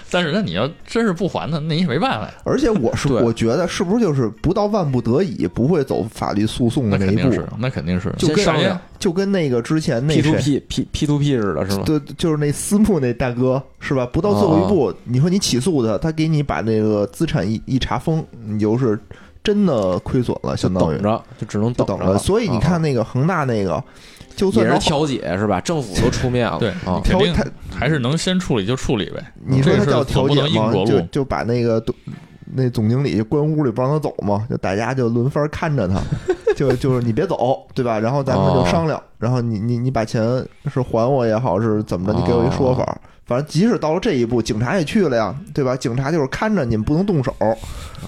但是那你要真是不还呢，那你也没办法呀。而且我是对我觉得是不是就是不到万不得已不会走法律诉讼那的那肯一定步，是，那肯定是。就先跟商量就跟那个之前那 P to 谁 P P P to P 似的，是吗？对，就是那私募那大哥是吧？不到最哦后一步，你说你起诉他，他给你把那个资产一一查封，你就是真的亏损了，相当于等着，就只能就等等着。所以啊你看那个恒大那个，就也算是到调解是吧？政府都出面了，对啊肯调定他，还是能先处理就处理呗。你说他这个事叫儿调总不解能硬吗着？就陆。就把那个董那总经理就关屋里不让他走嘛，就大家就轮番看着 他，就就是你别走，对吧？然后咱们就哦商量，然后你你你把钱是还我也好，是怎么着？你给我一说法。哦反正即使到了这一步，警察也去了呀，对吧？警察就是看着你们不能动手，啊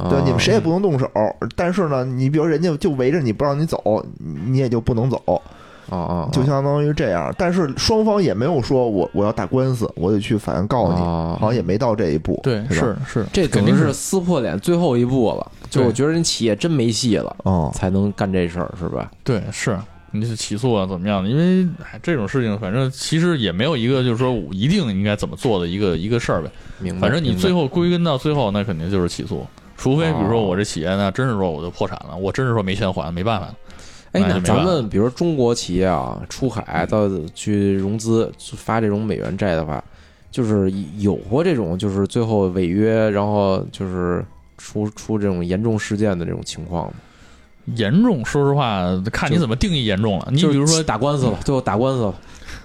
对吧，你们谁也哦不能动手。但是呢，你比如人家就围着你不让你走，你也就不能走。哦啊啊，就相当于这样。但是双方也没有说我我要打官司，我得去法院告你，哦好像也没到这一步。对，是吧是是，这肯等定于是撕破脸最后一步了。就对我觉得人企业真没戏了，哦，，才能干这事儿是吧？对，是你是起诉啊，怎么样的？因为哎，这种事情，反正其实也没有一个就是说我一定应该怎么做的一个一个事儿呗。明白。反正你明白最后归根到最后，那肯定就是起诉。除非比如说哦我这企业呢，真是说我就破产了，我真是说没钱还，没办法了。哎，那那就没咱办们比如说中国企业啊，出海到去融资发这种美元债的话，就是有过这种就是最后违约，然后就是出出这种严重事件的这种情况吗？严重，说实话，看你就怎么定义严重了。你就比是如说，打官司了，最后打官司了，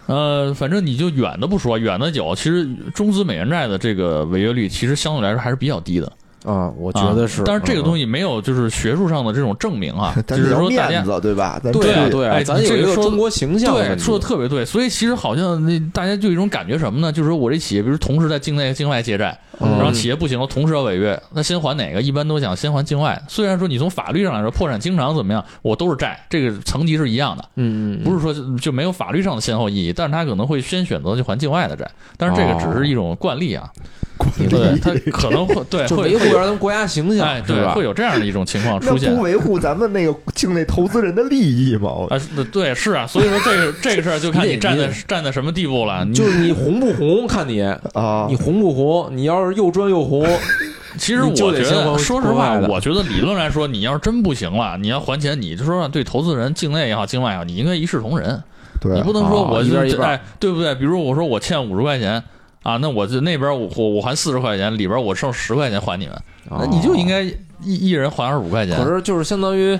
呃，反正你就远的不说，远的有，其实中资美元债的这个违约率，其实相对来说还是比较低的。啊，我觉得是。啊但是这个嗯东西没有就是学术上的这种证明 啊就咱是要说大面家子，对吧？咱对啊这对啊，哎咱有这一个个说中国形象的对问题，说的特别对，所以其实好像那大家就有一种感觉什么呢？就是我这企业，比如同时在境内、境外借债，嗯然后企业不行了，同时要违约，那先还哪个？一般都想先还境外。虽然说你从法律上来说，破产清偿怎么样，我都是债，这个层级是一样的，嗯，嗯嗯，不是说就就没有法律上的先后意义，但是他可能会先选择去还境外的债，但是这个只是一种惯例啊，明白 对，他可 能会对哦就会维护会有咱们国家形象，哎是对吧会？有这样的一种 情况那出现不。维护咱们那个境内投资人的利益吗？我啊，是对，是啊，所以说这个这个事儿就看你你得站在你站在什么地步了。你就是你红不红，看你，啊呃你，红不红？你要是又专又红，其实你我就觉得先还得，说实国话外的，我觉得理论来说，你要是真不行了，你要还钱，你就说对投资人境内也好，境外也好，你应该一视同仁，对你不能说啊我一就边一半哎，对不对？比如我说我欠五十块钱啊，那我就那边我我我还四十块钱，里边我剩十块钱还你们，那啊你就应该一一人还二十五块钱哦可。是就是相当于，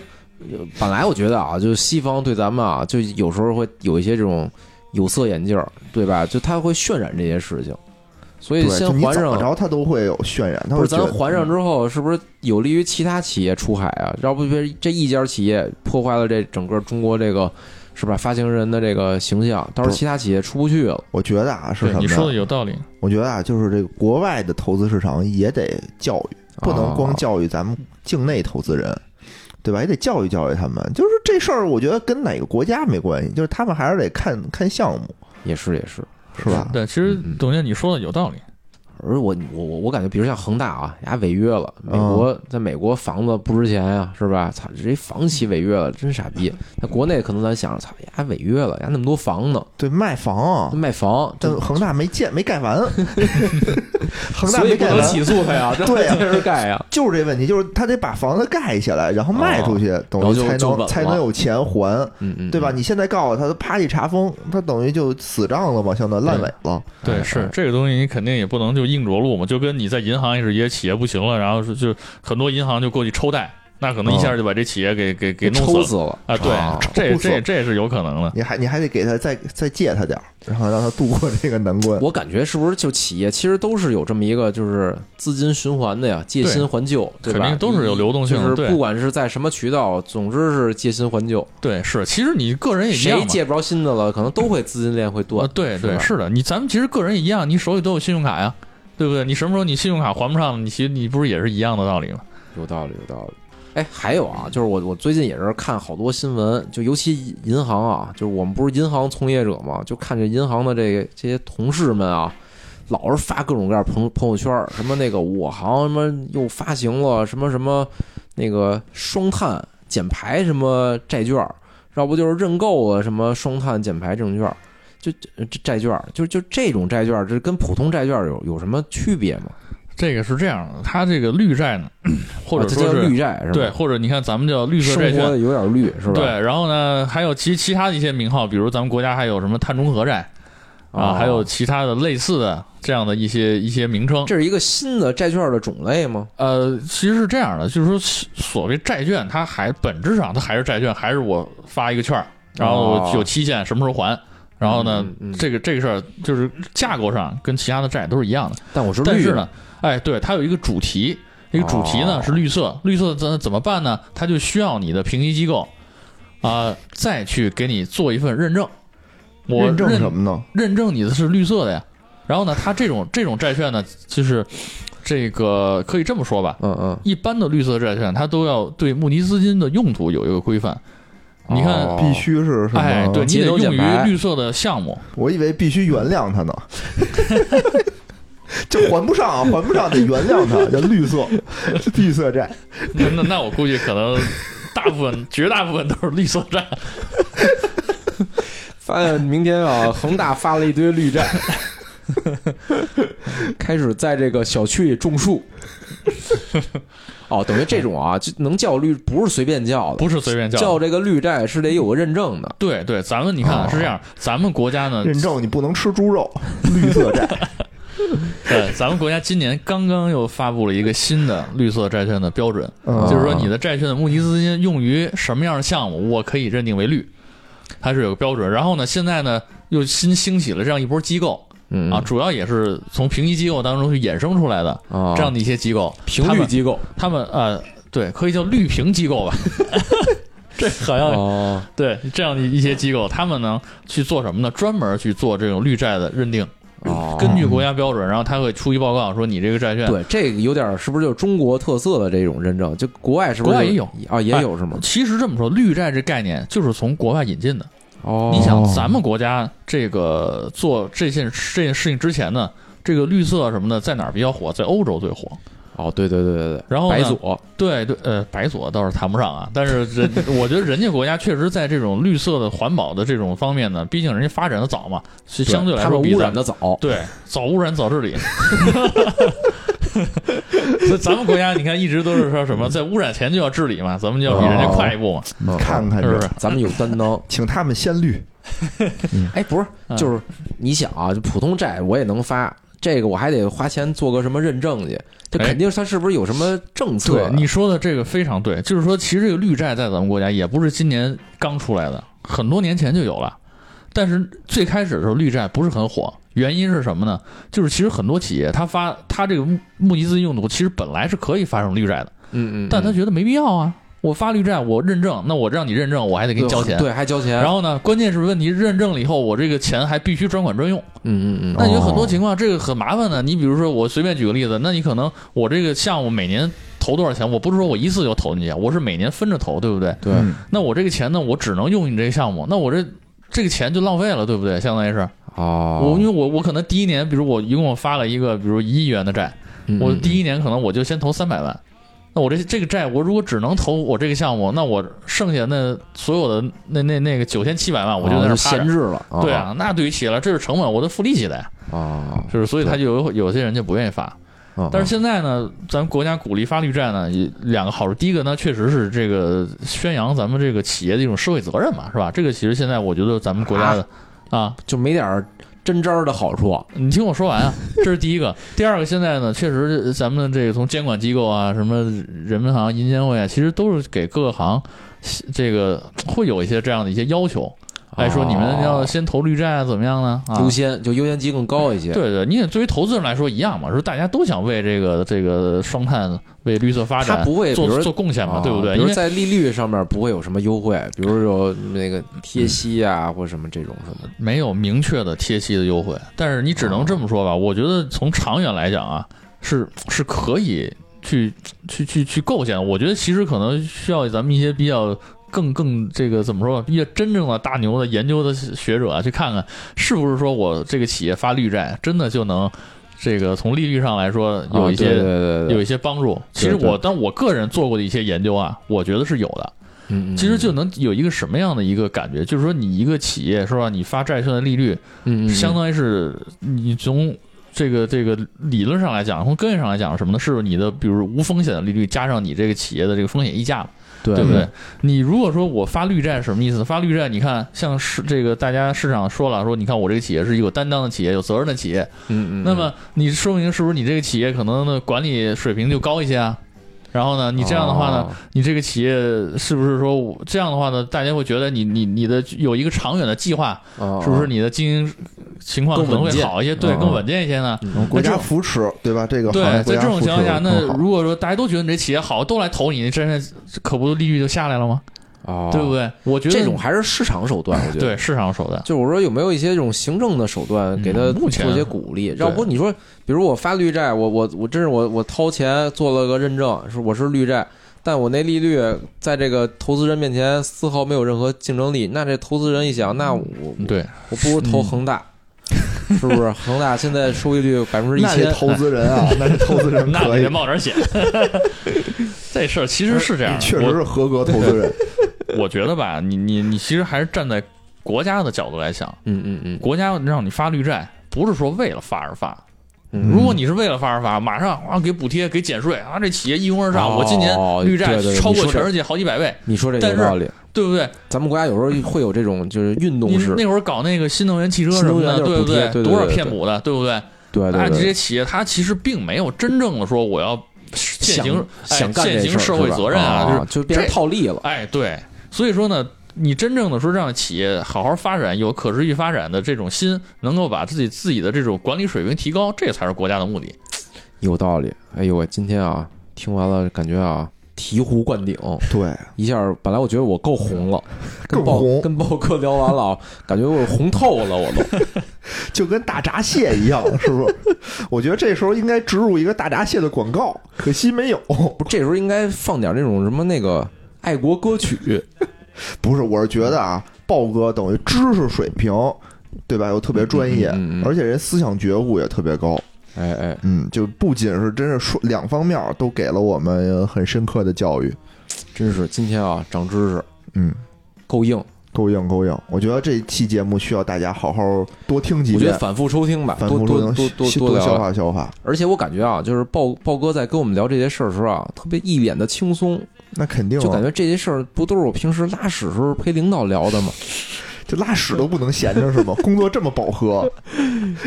呃本来我觉得啊，就是西方对咱们啊，就有时候会有一些这种有色眼镜儿，对吧？就他会渲染这些事情，所以对，就先你还怎么上。着他都会有渲染，他不会嗯是，觉咱得还上之后，是不是有利于其他企业出海啊？要不别这一家企业破坏了这整个中国这个，是吧？发行人的这个形象，到不时候是其他企业出不去了。我觉得啊是对什，么你说的呢？有道理。我觉得啊，就是这个国外的投资市场也得教育，不能光啊教育咱们境内投资人，对吧？也得教育教育他们。就是这事儿，我觉得跟哪个国家没关系，就是他们还是得看看项目，也是也是。是吧？对，其实嗯嗯董监你说的有道理。而我我我我感觉，比如像恒大啊，人家违约了，美国、嗯在美国房子不值钱呀、是吧？操，这房企违约了，真傻逼。在国内可能咱想，操，人家违约了，人家那么多房呢，对，卖房，啊卖房，但这恒大没建没盖 完，恒大所以没不盖能完，起诉他呀，这对呀啊接着盖啊呀。就是这问题，就是他得把房子盖起来，然后卖出去，等哦然后于就才就稳能了才能有钱还，嗯嗯，对吧？嗯？你现在告诉他，他啪一查封，他等于就死账了嘛，相当于烂尾了。对，哎是哎这个东西，你肯定也不能就硬着陆嘛，就跟你在银行也是，也企业不行了，然后是就很多银行就过去抽贷，那可能一下就把这企业给、给给弄嗯抽死死哦了。了啊，对，这这这是有可能的。你还你还得给他再再借他点儿，然后让他度过这个难关。我感觉是不是就企业其实都是有这么一个就是资金循环的呀，借新还旧，对吧？嗯肯定都是有流动性就是对不管是在什么渠道，总之是借新还旧。对，是，其实你个人也一样谁嘛。借不着新的了，可能都会资金链会断啊，。对是对，吧是的，你咱们其实个人也一样，你手里都有信用卡呀，对不对？你什么时候你信用卡还不上了，你其实你不是也是一样的道理吗？有道理，有道理。哎，还有啊，就是我我最近也是看好多新闻，就尤其银行啊，就是我们不是银行从业者嘛，就看这银行的这个这些同事们啊，老是发各种各样朋朋友圈儿，什么那个我行什么又发行了什么什么那个双碳减排什么债券儿，要不就是认购啊什么双碳减排证券儿，就这债券儿，就就这种债券儿，这跟普通债券儿有有什么区别吗？这个是这样的，它这个绿债呢，或者啊这说叫是、绿债是吧？对，，或者你看咱们叫绿色债生券活，有点绿是吧？对，然后呢，还有其其他的一些名号，比如咱们国家还有什么碳中和债啊，哦还有其他的类似的这样的一些一些名称。这是一个新的债券的种类吗？呃，其实是这样的，就是说所谓债券，它还本质上它还是债券，还是我发一个券儿，然后哦有期限，什么时候还。然后呢，嗯嗯嗯这个这个事儿就是架构上跟其他的债都是一样的，但我是但绿是的，呢，哎，对，它有一个主题，一个主题呢、哦是绿色，绿色怎怎么办呢？它就需要你的评级机构啊、再去给你做一份认证。我认认证什么呢？认证你的是绿色的呀。然后呢，它这种这种债券呢，就是这个可以这么说吧，嗯嗯，一般的绿色债券它都要对募集资金的用途有一个规范。你看，哦必须是什么？哎，对你节得能用减于排绿色的项目。我以为必须原谅 他呢，就还不上，啊还不上得原谅他，叫绿色，绿色债。那那那我估计可能大部分绝大部分都是绿色债。发现明天啊，恒大发了一堆绿债， 开始在这个小区里种 树。哦，等于这种啊，就能叫绿，不是随便叫的，不是随便叫的，叫这个绿债是得有个认证的。对对，咱们你看、啊哦是这样，咱们国家 呢，认证你不能吃猪肉，绿色债。对，咱们国家今年刚刚又发布了一个新的绿色债券的标准，哦嗯就是说你的债券的募集资金用于什么样的项目，我可以认定为绿，它是有个标准。然后呢，现在呢又新兴起了这样一波机构嗯啊，主要也是从评级机构当中去衍生出来的啊，这样的一些机构，评他绿们机构他们呃，对，可以叫绿评机 构吧。 这好像哦，对这样的一些机构，他们呢去做什么呢？专门去做这种绿债的认定，哦根据国家标准，然后他会出一报告说你这个债券。对这个有点儿是不是就是中国特色的这种认证？就国外是不是国外也有啊？也有是吗？其实这么说，绿债这概念就是从国外引进的。哦，哎你想，咱们国家这个做这件这件事情之前呢，这个绿色什么的在哪儿比较火？在欧洲最火。哦，对对对对对，然后呢白左对对，呃，白左倒是谈不上啊，但是 这我觉得人家国家确实在这种绿色的环保的这种方面呢，毕竟人家发展的早嘛，是相对来他说们比污咱染的早，对，早污染早治理。 所以咱们国家你看一直都是说什么在污染前就要治理嘛，咱们就要比人家快一步嘛，嗯看看是不是这，？咱们有担当。请他们先绿。哎，不是，嗯就是你想啊，就普通债我也能发，这个我还得花钱做个什么认证去，这哎肯定它是不是有什么政策对呀？你说的这个非常对，就是说，其实这个绿债在咱们国家也不是今年刚出来的，很多年前就有了。但是最开始的时候，绿债不是很火，原因是什么呢？就是其实很多企业它发它这个募募集资金用途，其实本来是可以发生绿债的，嗯嗯，但他嗯觉得没必要啊。我发绿债，我认证，那我让你认证，我还得给你交钱。对，还交钱，然后呢，关键是问题认证了以后，我这个钱还必须专款专用。嗯嗯嗯，那有哦很多情况，这个很麻烦的。你比如说，我随便举个例子，那你可能我这个项目每年投多少钱，我不是说我一次就投进去，我是每年分着投，对不对？对嗯那我这个钱呢，我只能用你这个项目，那我这这个钱就浪费了，对不对？相当于是哦，我，因为我我可能第一年，比如我一共发了一个，比如一亿元的债，嗯我第一一年可能我就先投三百万。那我这这个债，我如果只能投我这个项目，那我剩下那所有的那那那个九千七百万，我就在那儿趴哦着闲置了，对啊，那对于企业来，这是成本，我得付利息的呀。啊，就是所以他就有有些人就不愿意发。啊，但是现在呢，咱国家鼓励发绿债呢，也两个好处。第一个呢，确实是这个宣扬咱们这个企业的一种社会责任嘛，是吧？这个其实现在我觉得咱们国家的啊，就没点儿真招儿的好处，你听我说 完啊，这是第一个。第二个，现在呢，确实咱们这个从监管机构啊，什么人民行、银监会啊，其实都是给各个行这个会有一些这样的一些要求，哎，说你们要先投绿债啊，怎么样呢？啊，哦优先就优先级更高一些，对对，你也作为投资人来说一样嘛，说大家都想为这个这个双碳、为绿色发他展不会，比如做说做贡献嘛，对不啊对？比因如为在利率上面不会有什么优惠，比如有那个贴息嗯啊，或者什么这种什么的。没有明确的贴息的优惠，但是你只能这么说吧。我觉得从长远来讲啊，是是可以去去去去构建。我觉得其实可能需要咱们一些比较。更更这个怎么说？比较真正的大牛的研究的学者啊，去看看是不是说我这个企业发绿债真的就能这个从利率上来说啊有一对对些对对哦有一些帮助。其实对对我但我个人做过的一些研究啊，我觉得是有的。嗯嗯其实就能有一个什么样的一个感觉，就是说你一个企业是吧，你发债券的利率嗯嗯相当于是你从这个这个理论上来讲，从根源上来讲是什么呢？是你的比如无风险的利率加上你这个企业的这个风险溢价嘛，对对不对？？你如果说我发绿债是什么意思？发绿债，你看像是这个大家市场说了，说你看我这个企业是有担当的企业，有责任的企业，嗯嗯，那么你说明是不是你这个企业可能的管理水平就高一些啊？然后呢，你这样的话呢，哦，你这个企业是不是说我这样的话呢？大家会觉得你你你的有一个长远的计划，哦是不是？你的经营情况更可能会稳健好一些，对，嗯更稳健一些呢？嗯国家那这种扶持，对吧？这个对行业，在国家这种扶持情况下，那更好如果说大家都觉得你这企业好，都来投你，真是可不利率就下来了吗？哦，对不？对？我觉得这种还是市场手段，我觉得对市场手段，就是我说有没有一些这种行政的手段给他嗯目前做一些鼓励？要不你说，比如我发绿债，我我我真是我我掏钱做了个认证，说我是绿债，但我那利率在这个投资人面前丝毫没有任何竞争力。那这投资人一想，那我嗯对我不如投恒大，嗯是不是？恒大现在收益 率百分之一那这千，投资人啊，那这投资人那可你得以，冒点险。 这事儿其实是这样 的，确实是合格投资人。 我我觉得吧，你你你其实还是站在国家的角度来想，嗯嗯嗯国家让你发绿债，不是说为了发而发。嗯如果你是为了发而发，马上啊给补贴给减税啊，这企业一拥而上，哦我今年绿债对对对超你过说这全世界好几百倍，嗯你说这个但有是道理，对不对？咱们国家有时候会有这种就是运你动式，那会儿搞那个新能源汽车什么的，新能源就对是不补贴对对对多少对对骗补的，对不对？对对那这对，些企业它其实并没有真正的说我要践行哎想干践这事行儿社是会吧哦责任啊，就是就变成这套利了。哎，对，所以说呢，你真正的说让企业好好发展，有可持续发展的这种心，能够把自己自己的这种管理水平提高，这才是国家的目的。有道理。哎呦，我今天啊，听完了感觉啊，醍醐灌顶，对，一下儿本来我觉得我够红 了，跟更豹红跟豹哥聊完了啊，感觉我红透了，我都。就跟大闸蟹一样，是不是？ 我觉得这时候应该植入一个大闸蟹的广告，可惜没有。 不是，这时候应该放点那种什么那个爱国歌 曲，不是，我是觉得啊，豹哥等于知识水平，对吧？又特别专业，嗯嗯嗯嗯而且人思想觉悟也特别高。哎哎，嗯，就不仅是真是说两方面都给了我们很深刻的教育。真是今天啊，长知识嗯，够硬，够硬够硬。我觉得这期节目需要大家好好多听几我觉遍得，反复收听吧，反多复多多多多多聊消聊。化消化。而且我感觉啊，就是豹豹哥在跟我们聊这些事儿的时候啊，特别一脸的轻松，那肯定啊，就感觉这些事儿不都是我平时拉屎时候陪领导聊的吗？就拉屎都不能闲着是吗？工作这么饱和，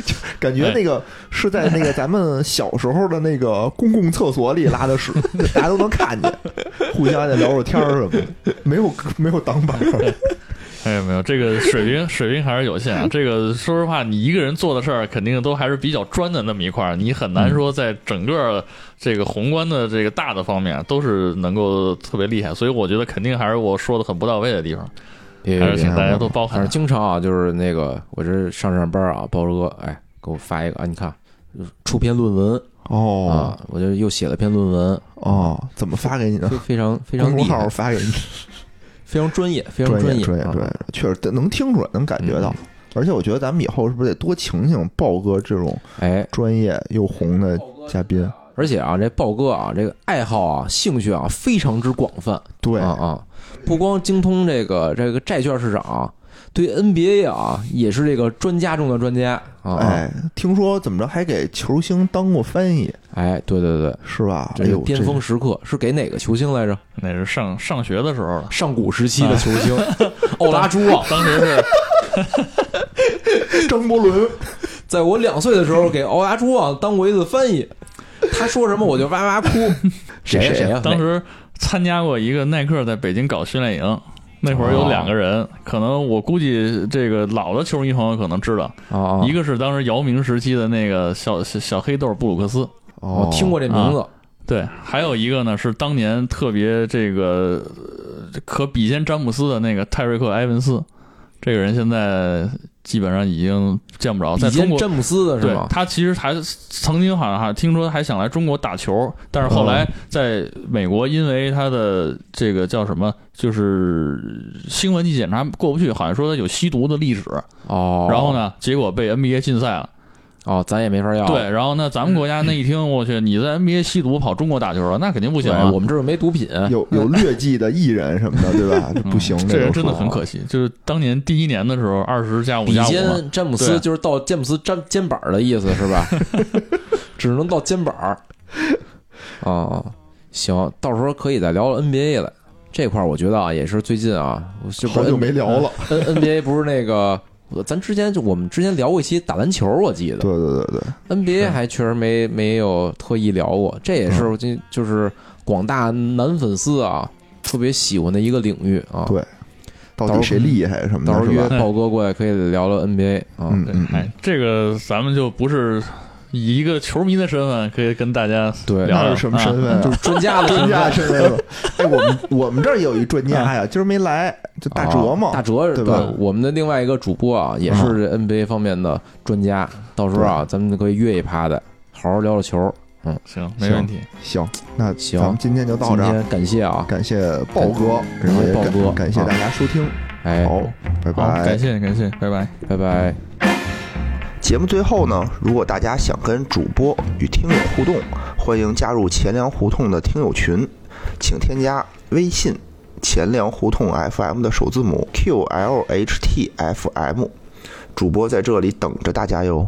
就感觉那哎个是在那个咱们小时候的那个公共厕所里拉的屎， 大家都能看见，互相在聊会儿天儿什么的，没有没有挡板儿，哎，没有这个水平， 水平还是有限啊。这个说实话，你一个人做的事儿，肯定都还是比较专的那么一块儿，你很难说在整个这个宏观的这个大的方面都是能够特别厉害。所以我觉得肯定还是我说的很不到位的地方，别还哎别别是请大家多包反涵正。经常啊，就是那个我这上上班啊，包哥，哎，给我发一个啊，你看出篇论文、哦啊，我就又写了篇论文，哦，怎么发给你呢非？非常啊非常公厉众 号害，发给你，非常专业，非常专业，专业啊嗯专业，确实能听出来，能感觉到。而且我觉得咱们以后是不是得多请请豹哥这种哎，专业又红的嘉宾？而且啊，这豹哥啊，这个爱好啊、兴趣啊，非常之广泛对啊，啊，不光精通这个这个债券市场啊、对 NBA 啊，也是这个专家中的专家啊啊，哎，听说怎么着还给球星当过翻译，哎，对对对，是吧？这哎个呦，巅峰时刻是给哪个球星来着？那是上上学的时候了，上古时期的球星奥拉朱啊旺，当时是这张伯 伦，在我两岁的时候给奥拉朱旺当过一次翻译，他说什么我就哇哇哭。谁呀谁呀谁啊呀？当时参加过一个耐克在北京搞训练营，那会儿哦有两个人，可能我估计这个老的球迷朋友可能知道，啊，一个是当时姚明时期的那个小小小黑豆布鲁克斯，哦我哦听过这名字，对，还有一个呢是当年特别这个呃可比肩詹姆斯的那个泰瑞克埃文斯，这个人现在基本上已经见不着，哦在比中肩国詹姆斯的是对吗？他其实还曾经好像还听说还想来中国打球，但是后来在美国因为他的这个叫什么，就是新闻级检查过不去，好像说他有吸毒的历史，哦，然后呢，结果被 NBA 禁赛了。哦，咱也没法要。对，然后那咱们国家那一听，我去，你在 NBA 吸毒跑中国打球了，那肯定不不行啊我。们这儿没毒品。哦有有劣迹的艺人什么的，对 吧？这不嗯行，这人种啊真的很可惜。就是当年第一年的时候，二十加五比加五嘛，肩詹姆对啊斯就是到詹姆斯肩肩膀的意思是 吧？只能到肩膀。哦，行，到时候可以再聊聊 NBA 了。这块儿我觉得啊，也是最近啊，就嗯好久没聊了。 N NBA 不是那个，咱之前就我们之前聊过一期打篮球，我记得对对对对，嗯 NBA 还确实没没有特意聊过，这也是就就是广大男粉丝啊特别喜欢的一个领域啊。对到底谁厉害什么到的，时候是约吧？豹哥过来可以聊聊 NBA 啊。嗯对嗯，哎嗯，这个咱们就不是以一个球迷的身份可以跟大家对，啊聊那是什么身份啊？就是专家的身专份家身份了。哎，我们我们这儿有一专家呀，今儿没来，就大哲嘛嗯啊。大哲对吧我们的另外一个主播啊，也是这 NBA 方面的专家，到时候啊，咱们可以约一趴的，好好聊聊球。行，没问题。行，那行咱们今天就到今这儿，天感谢啊，感谢豹哥，感谢也豹哥啊感感谢大家收听，哎，好，拜好，拜感。谢感谢，拜拜。拜拜。节目最后呢，如果大家想跟主播与听友互动，欢迎加入钱粮胡同的听友群，请添加微信“钱粮胡同 FM” 的首字母 “QLHTFM”，主播在这里等着大家哟。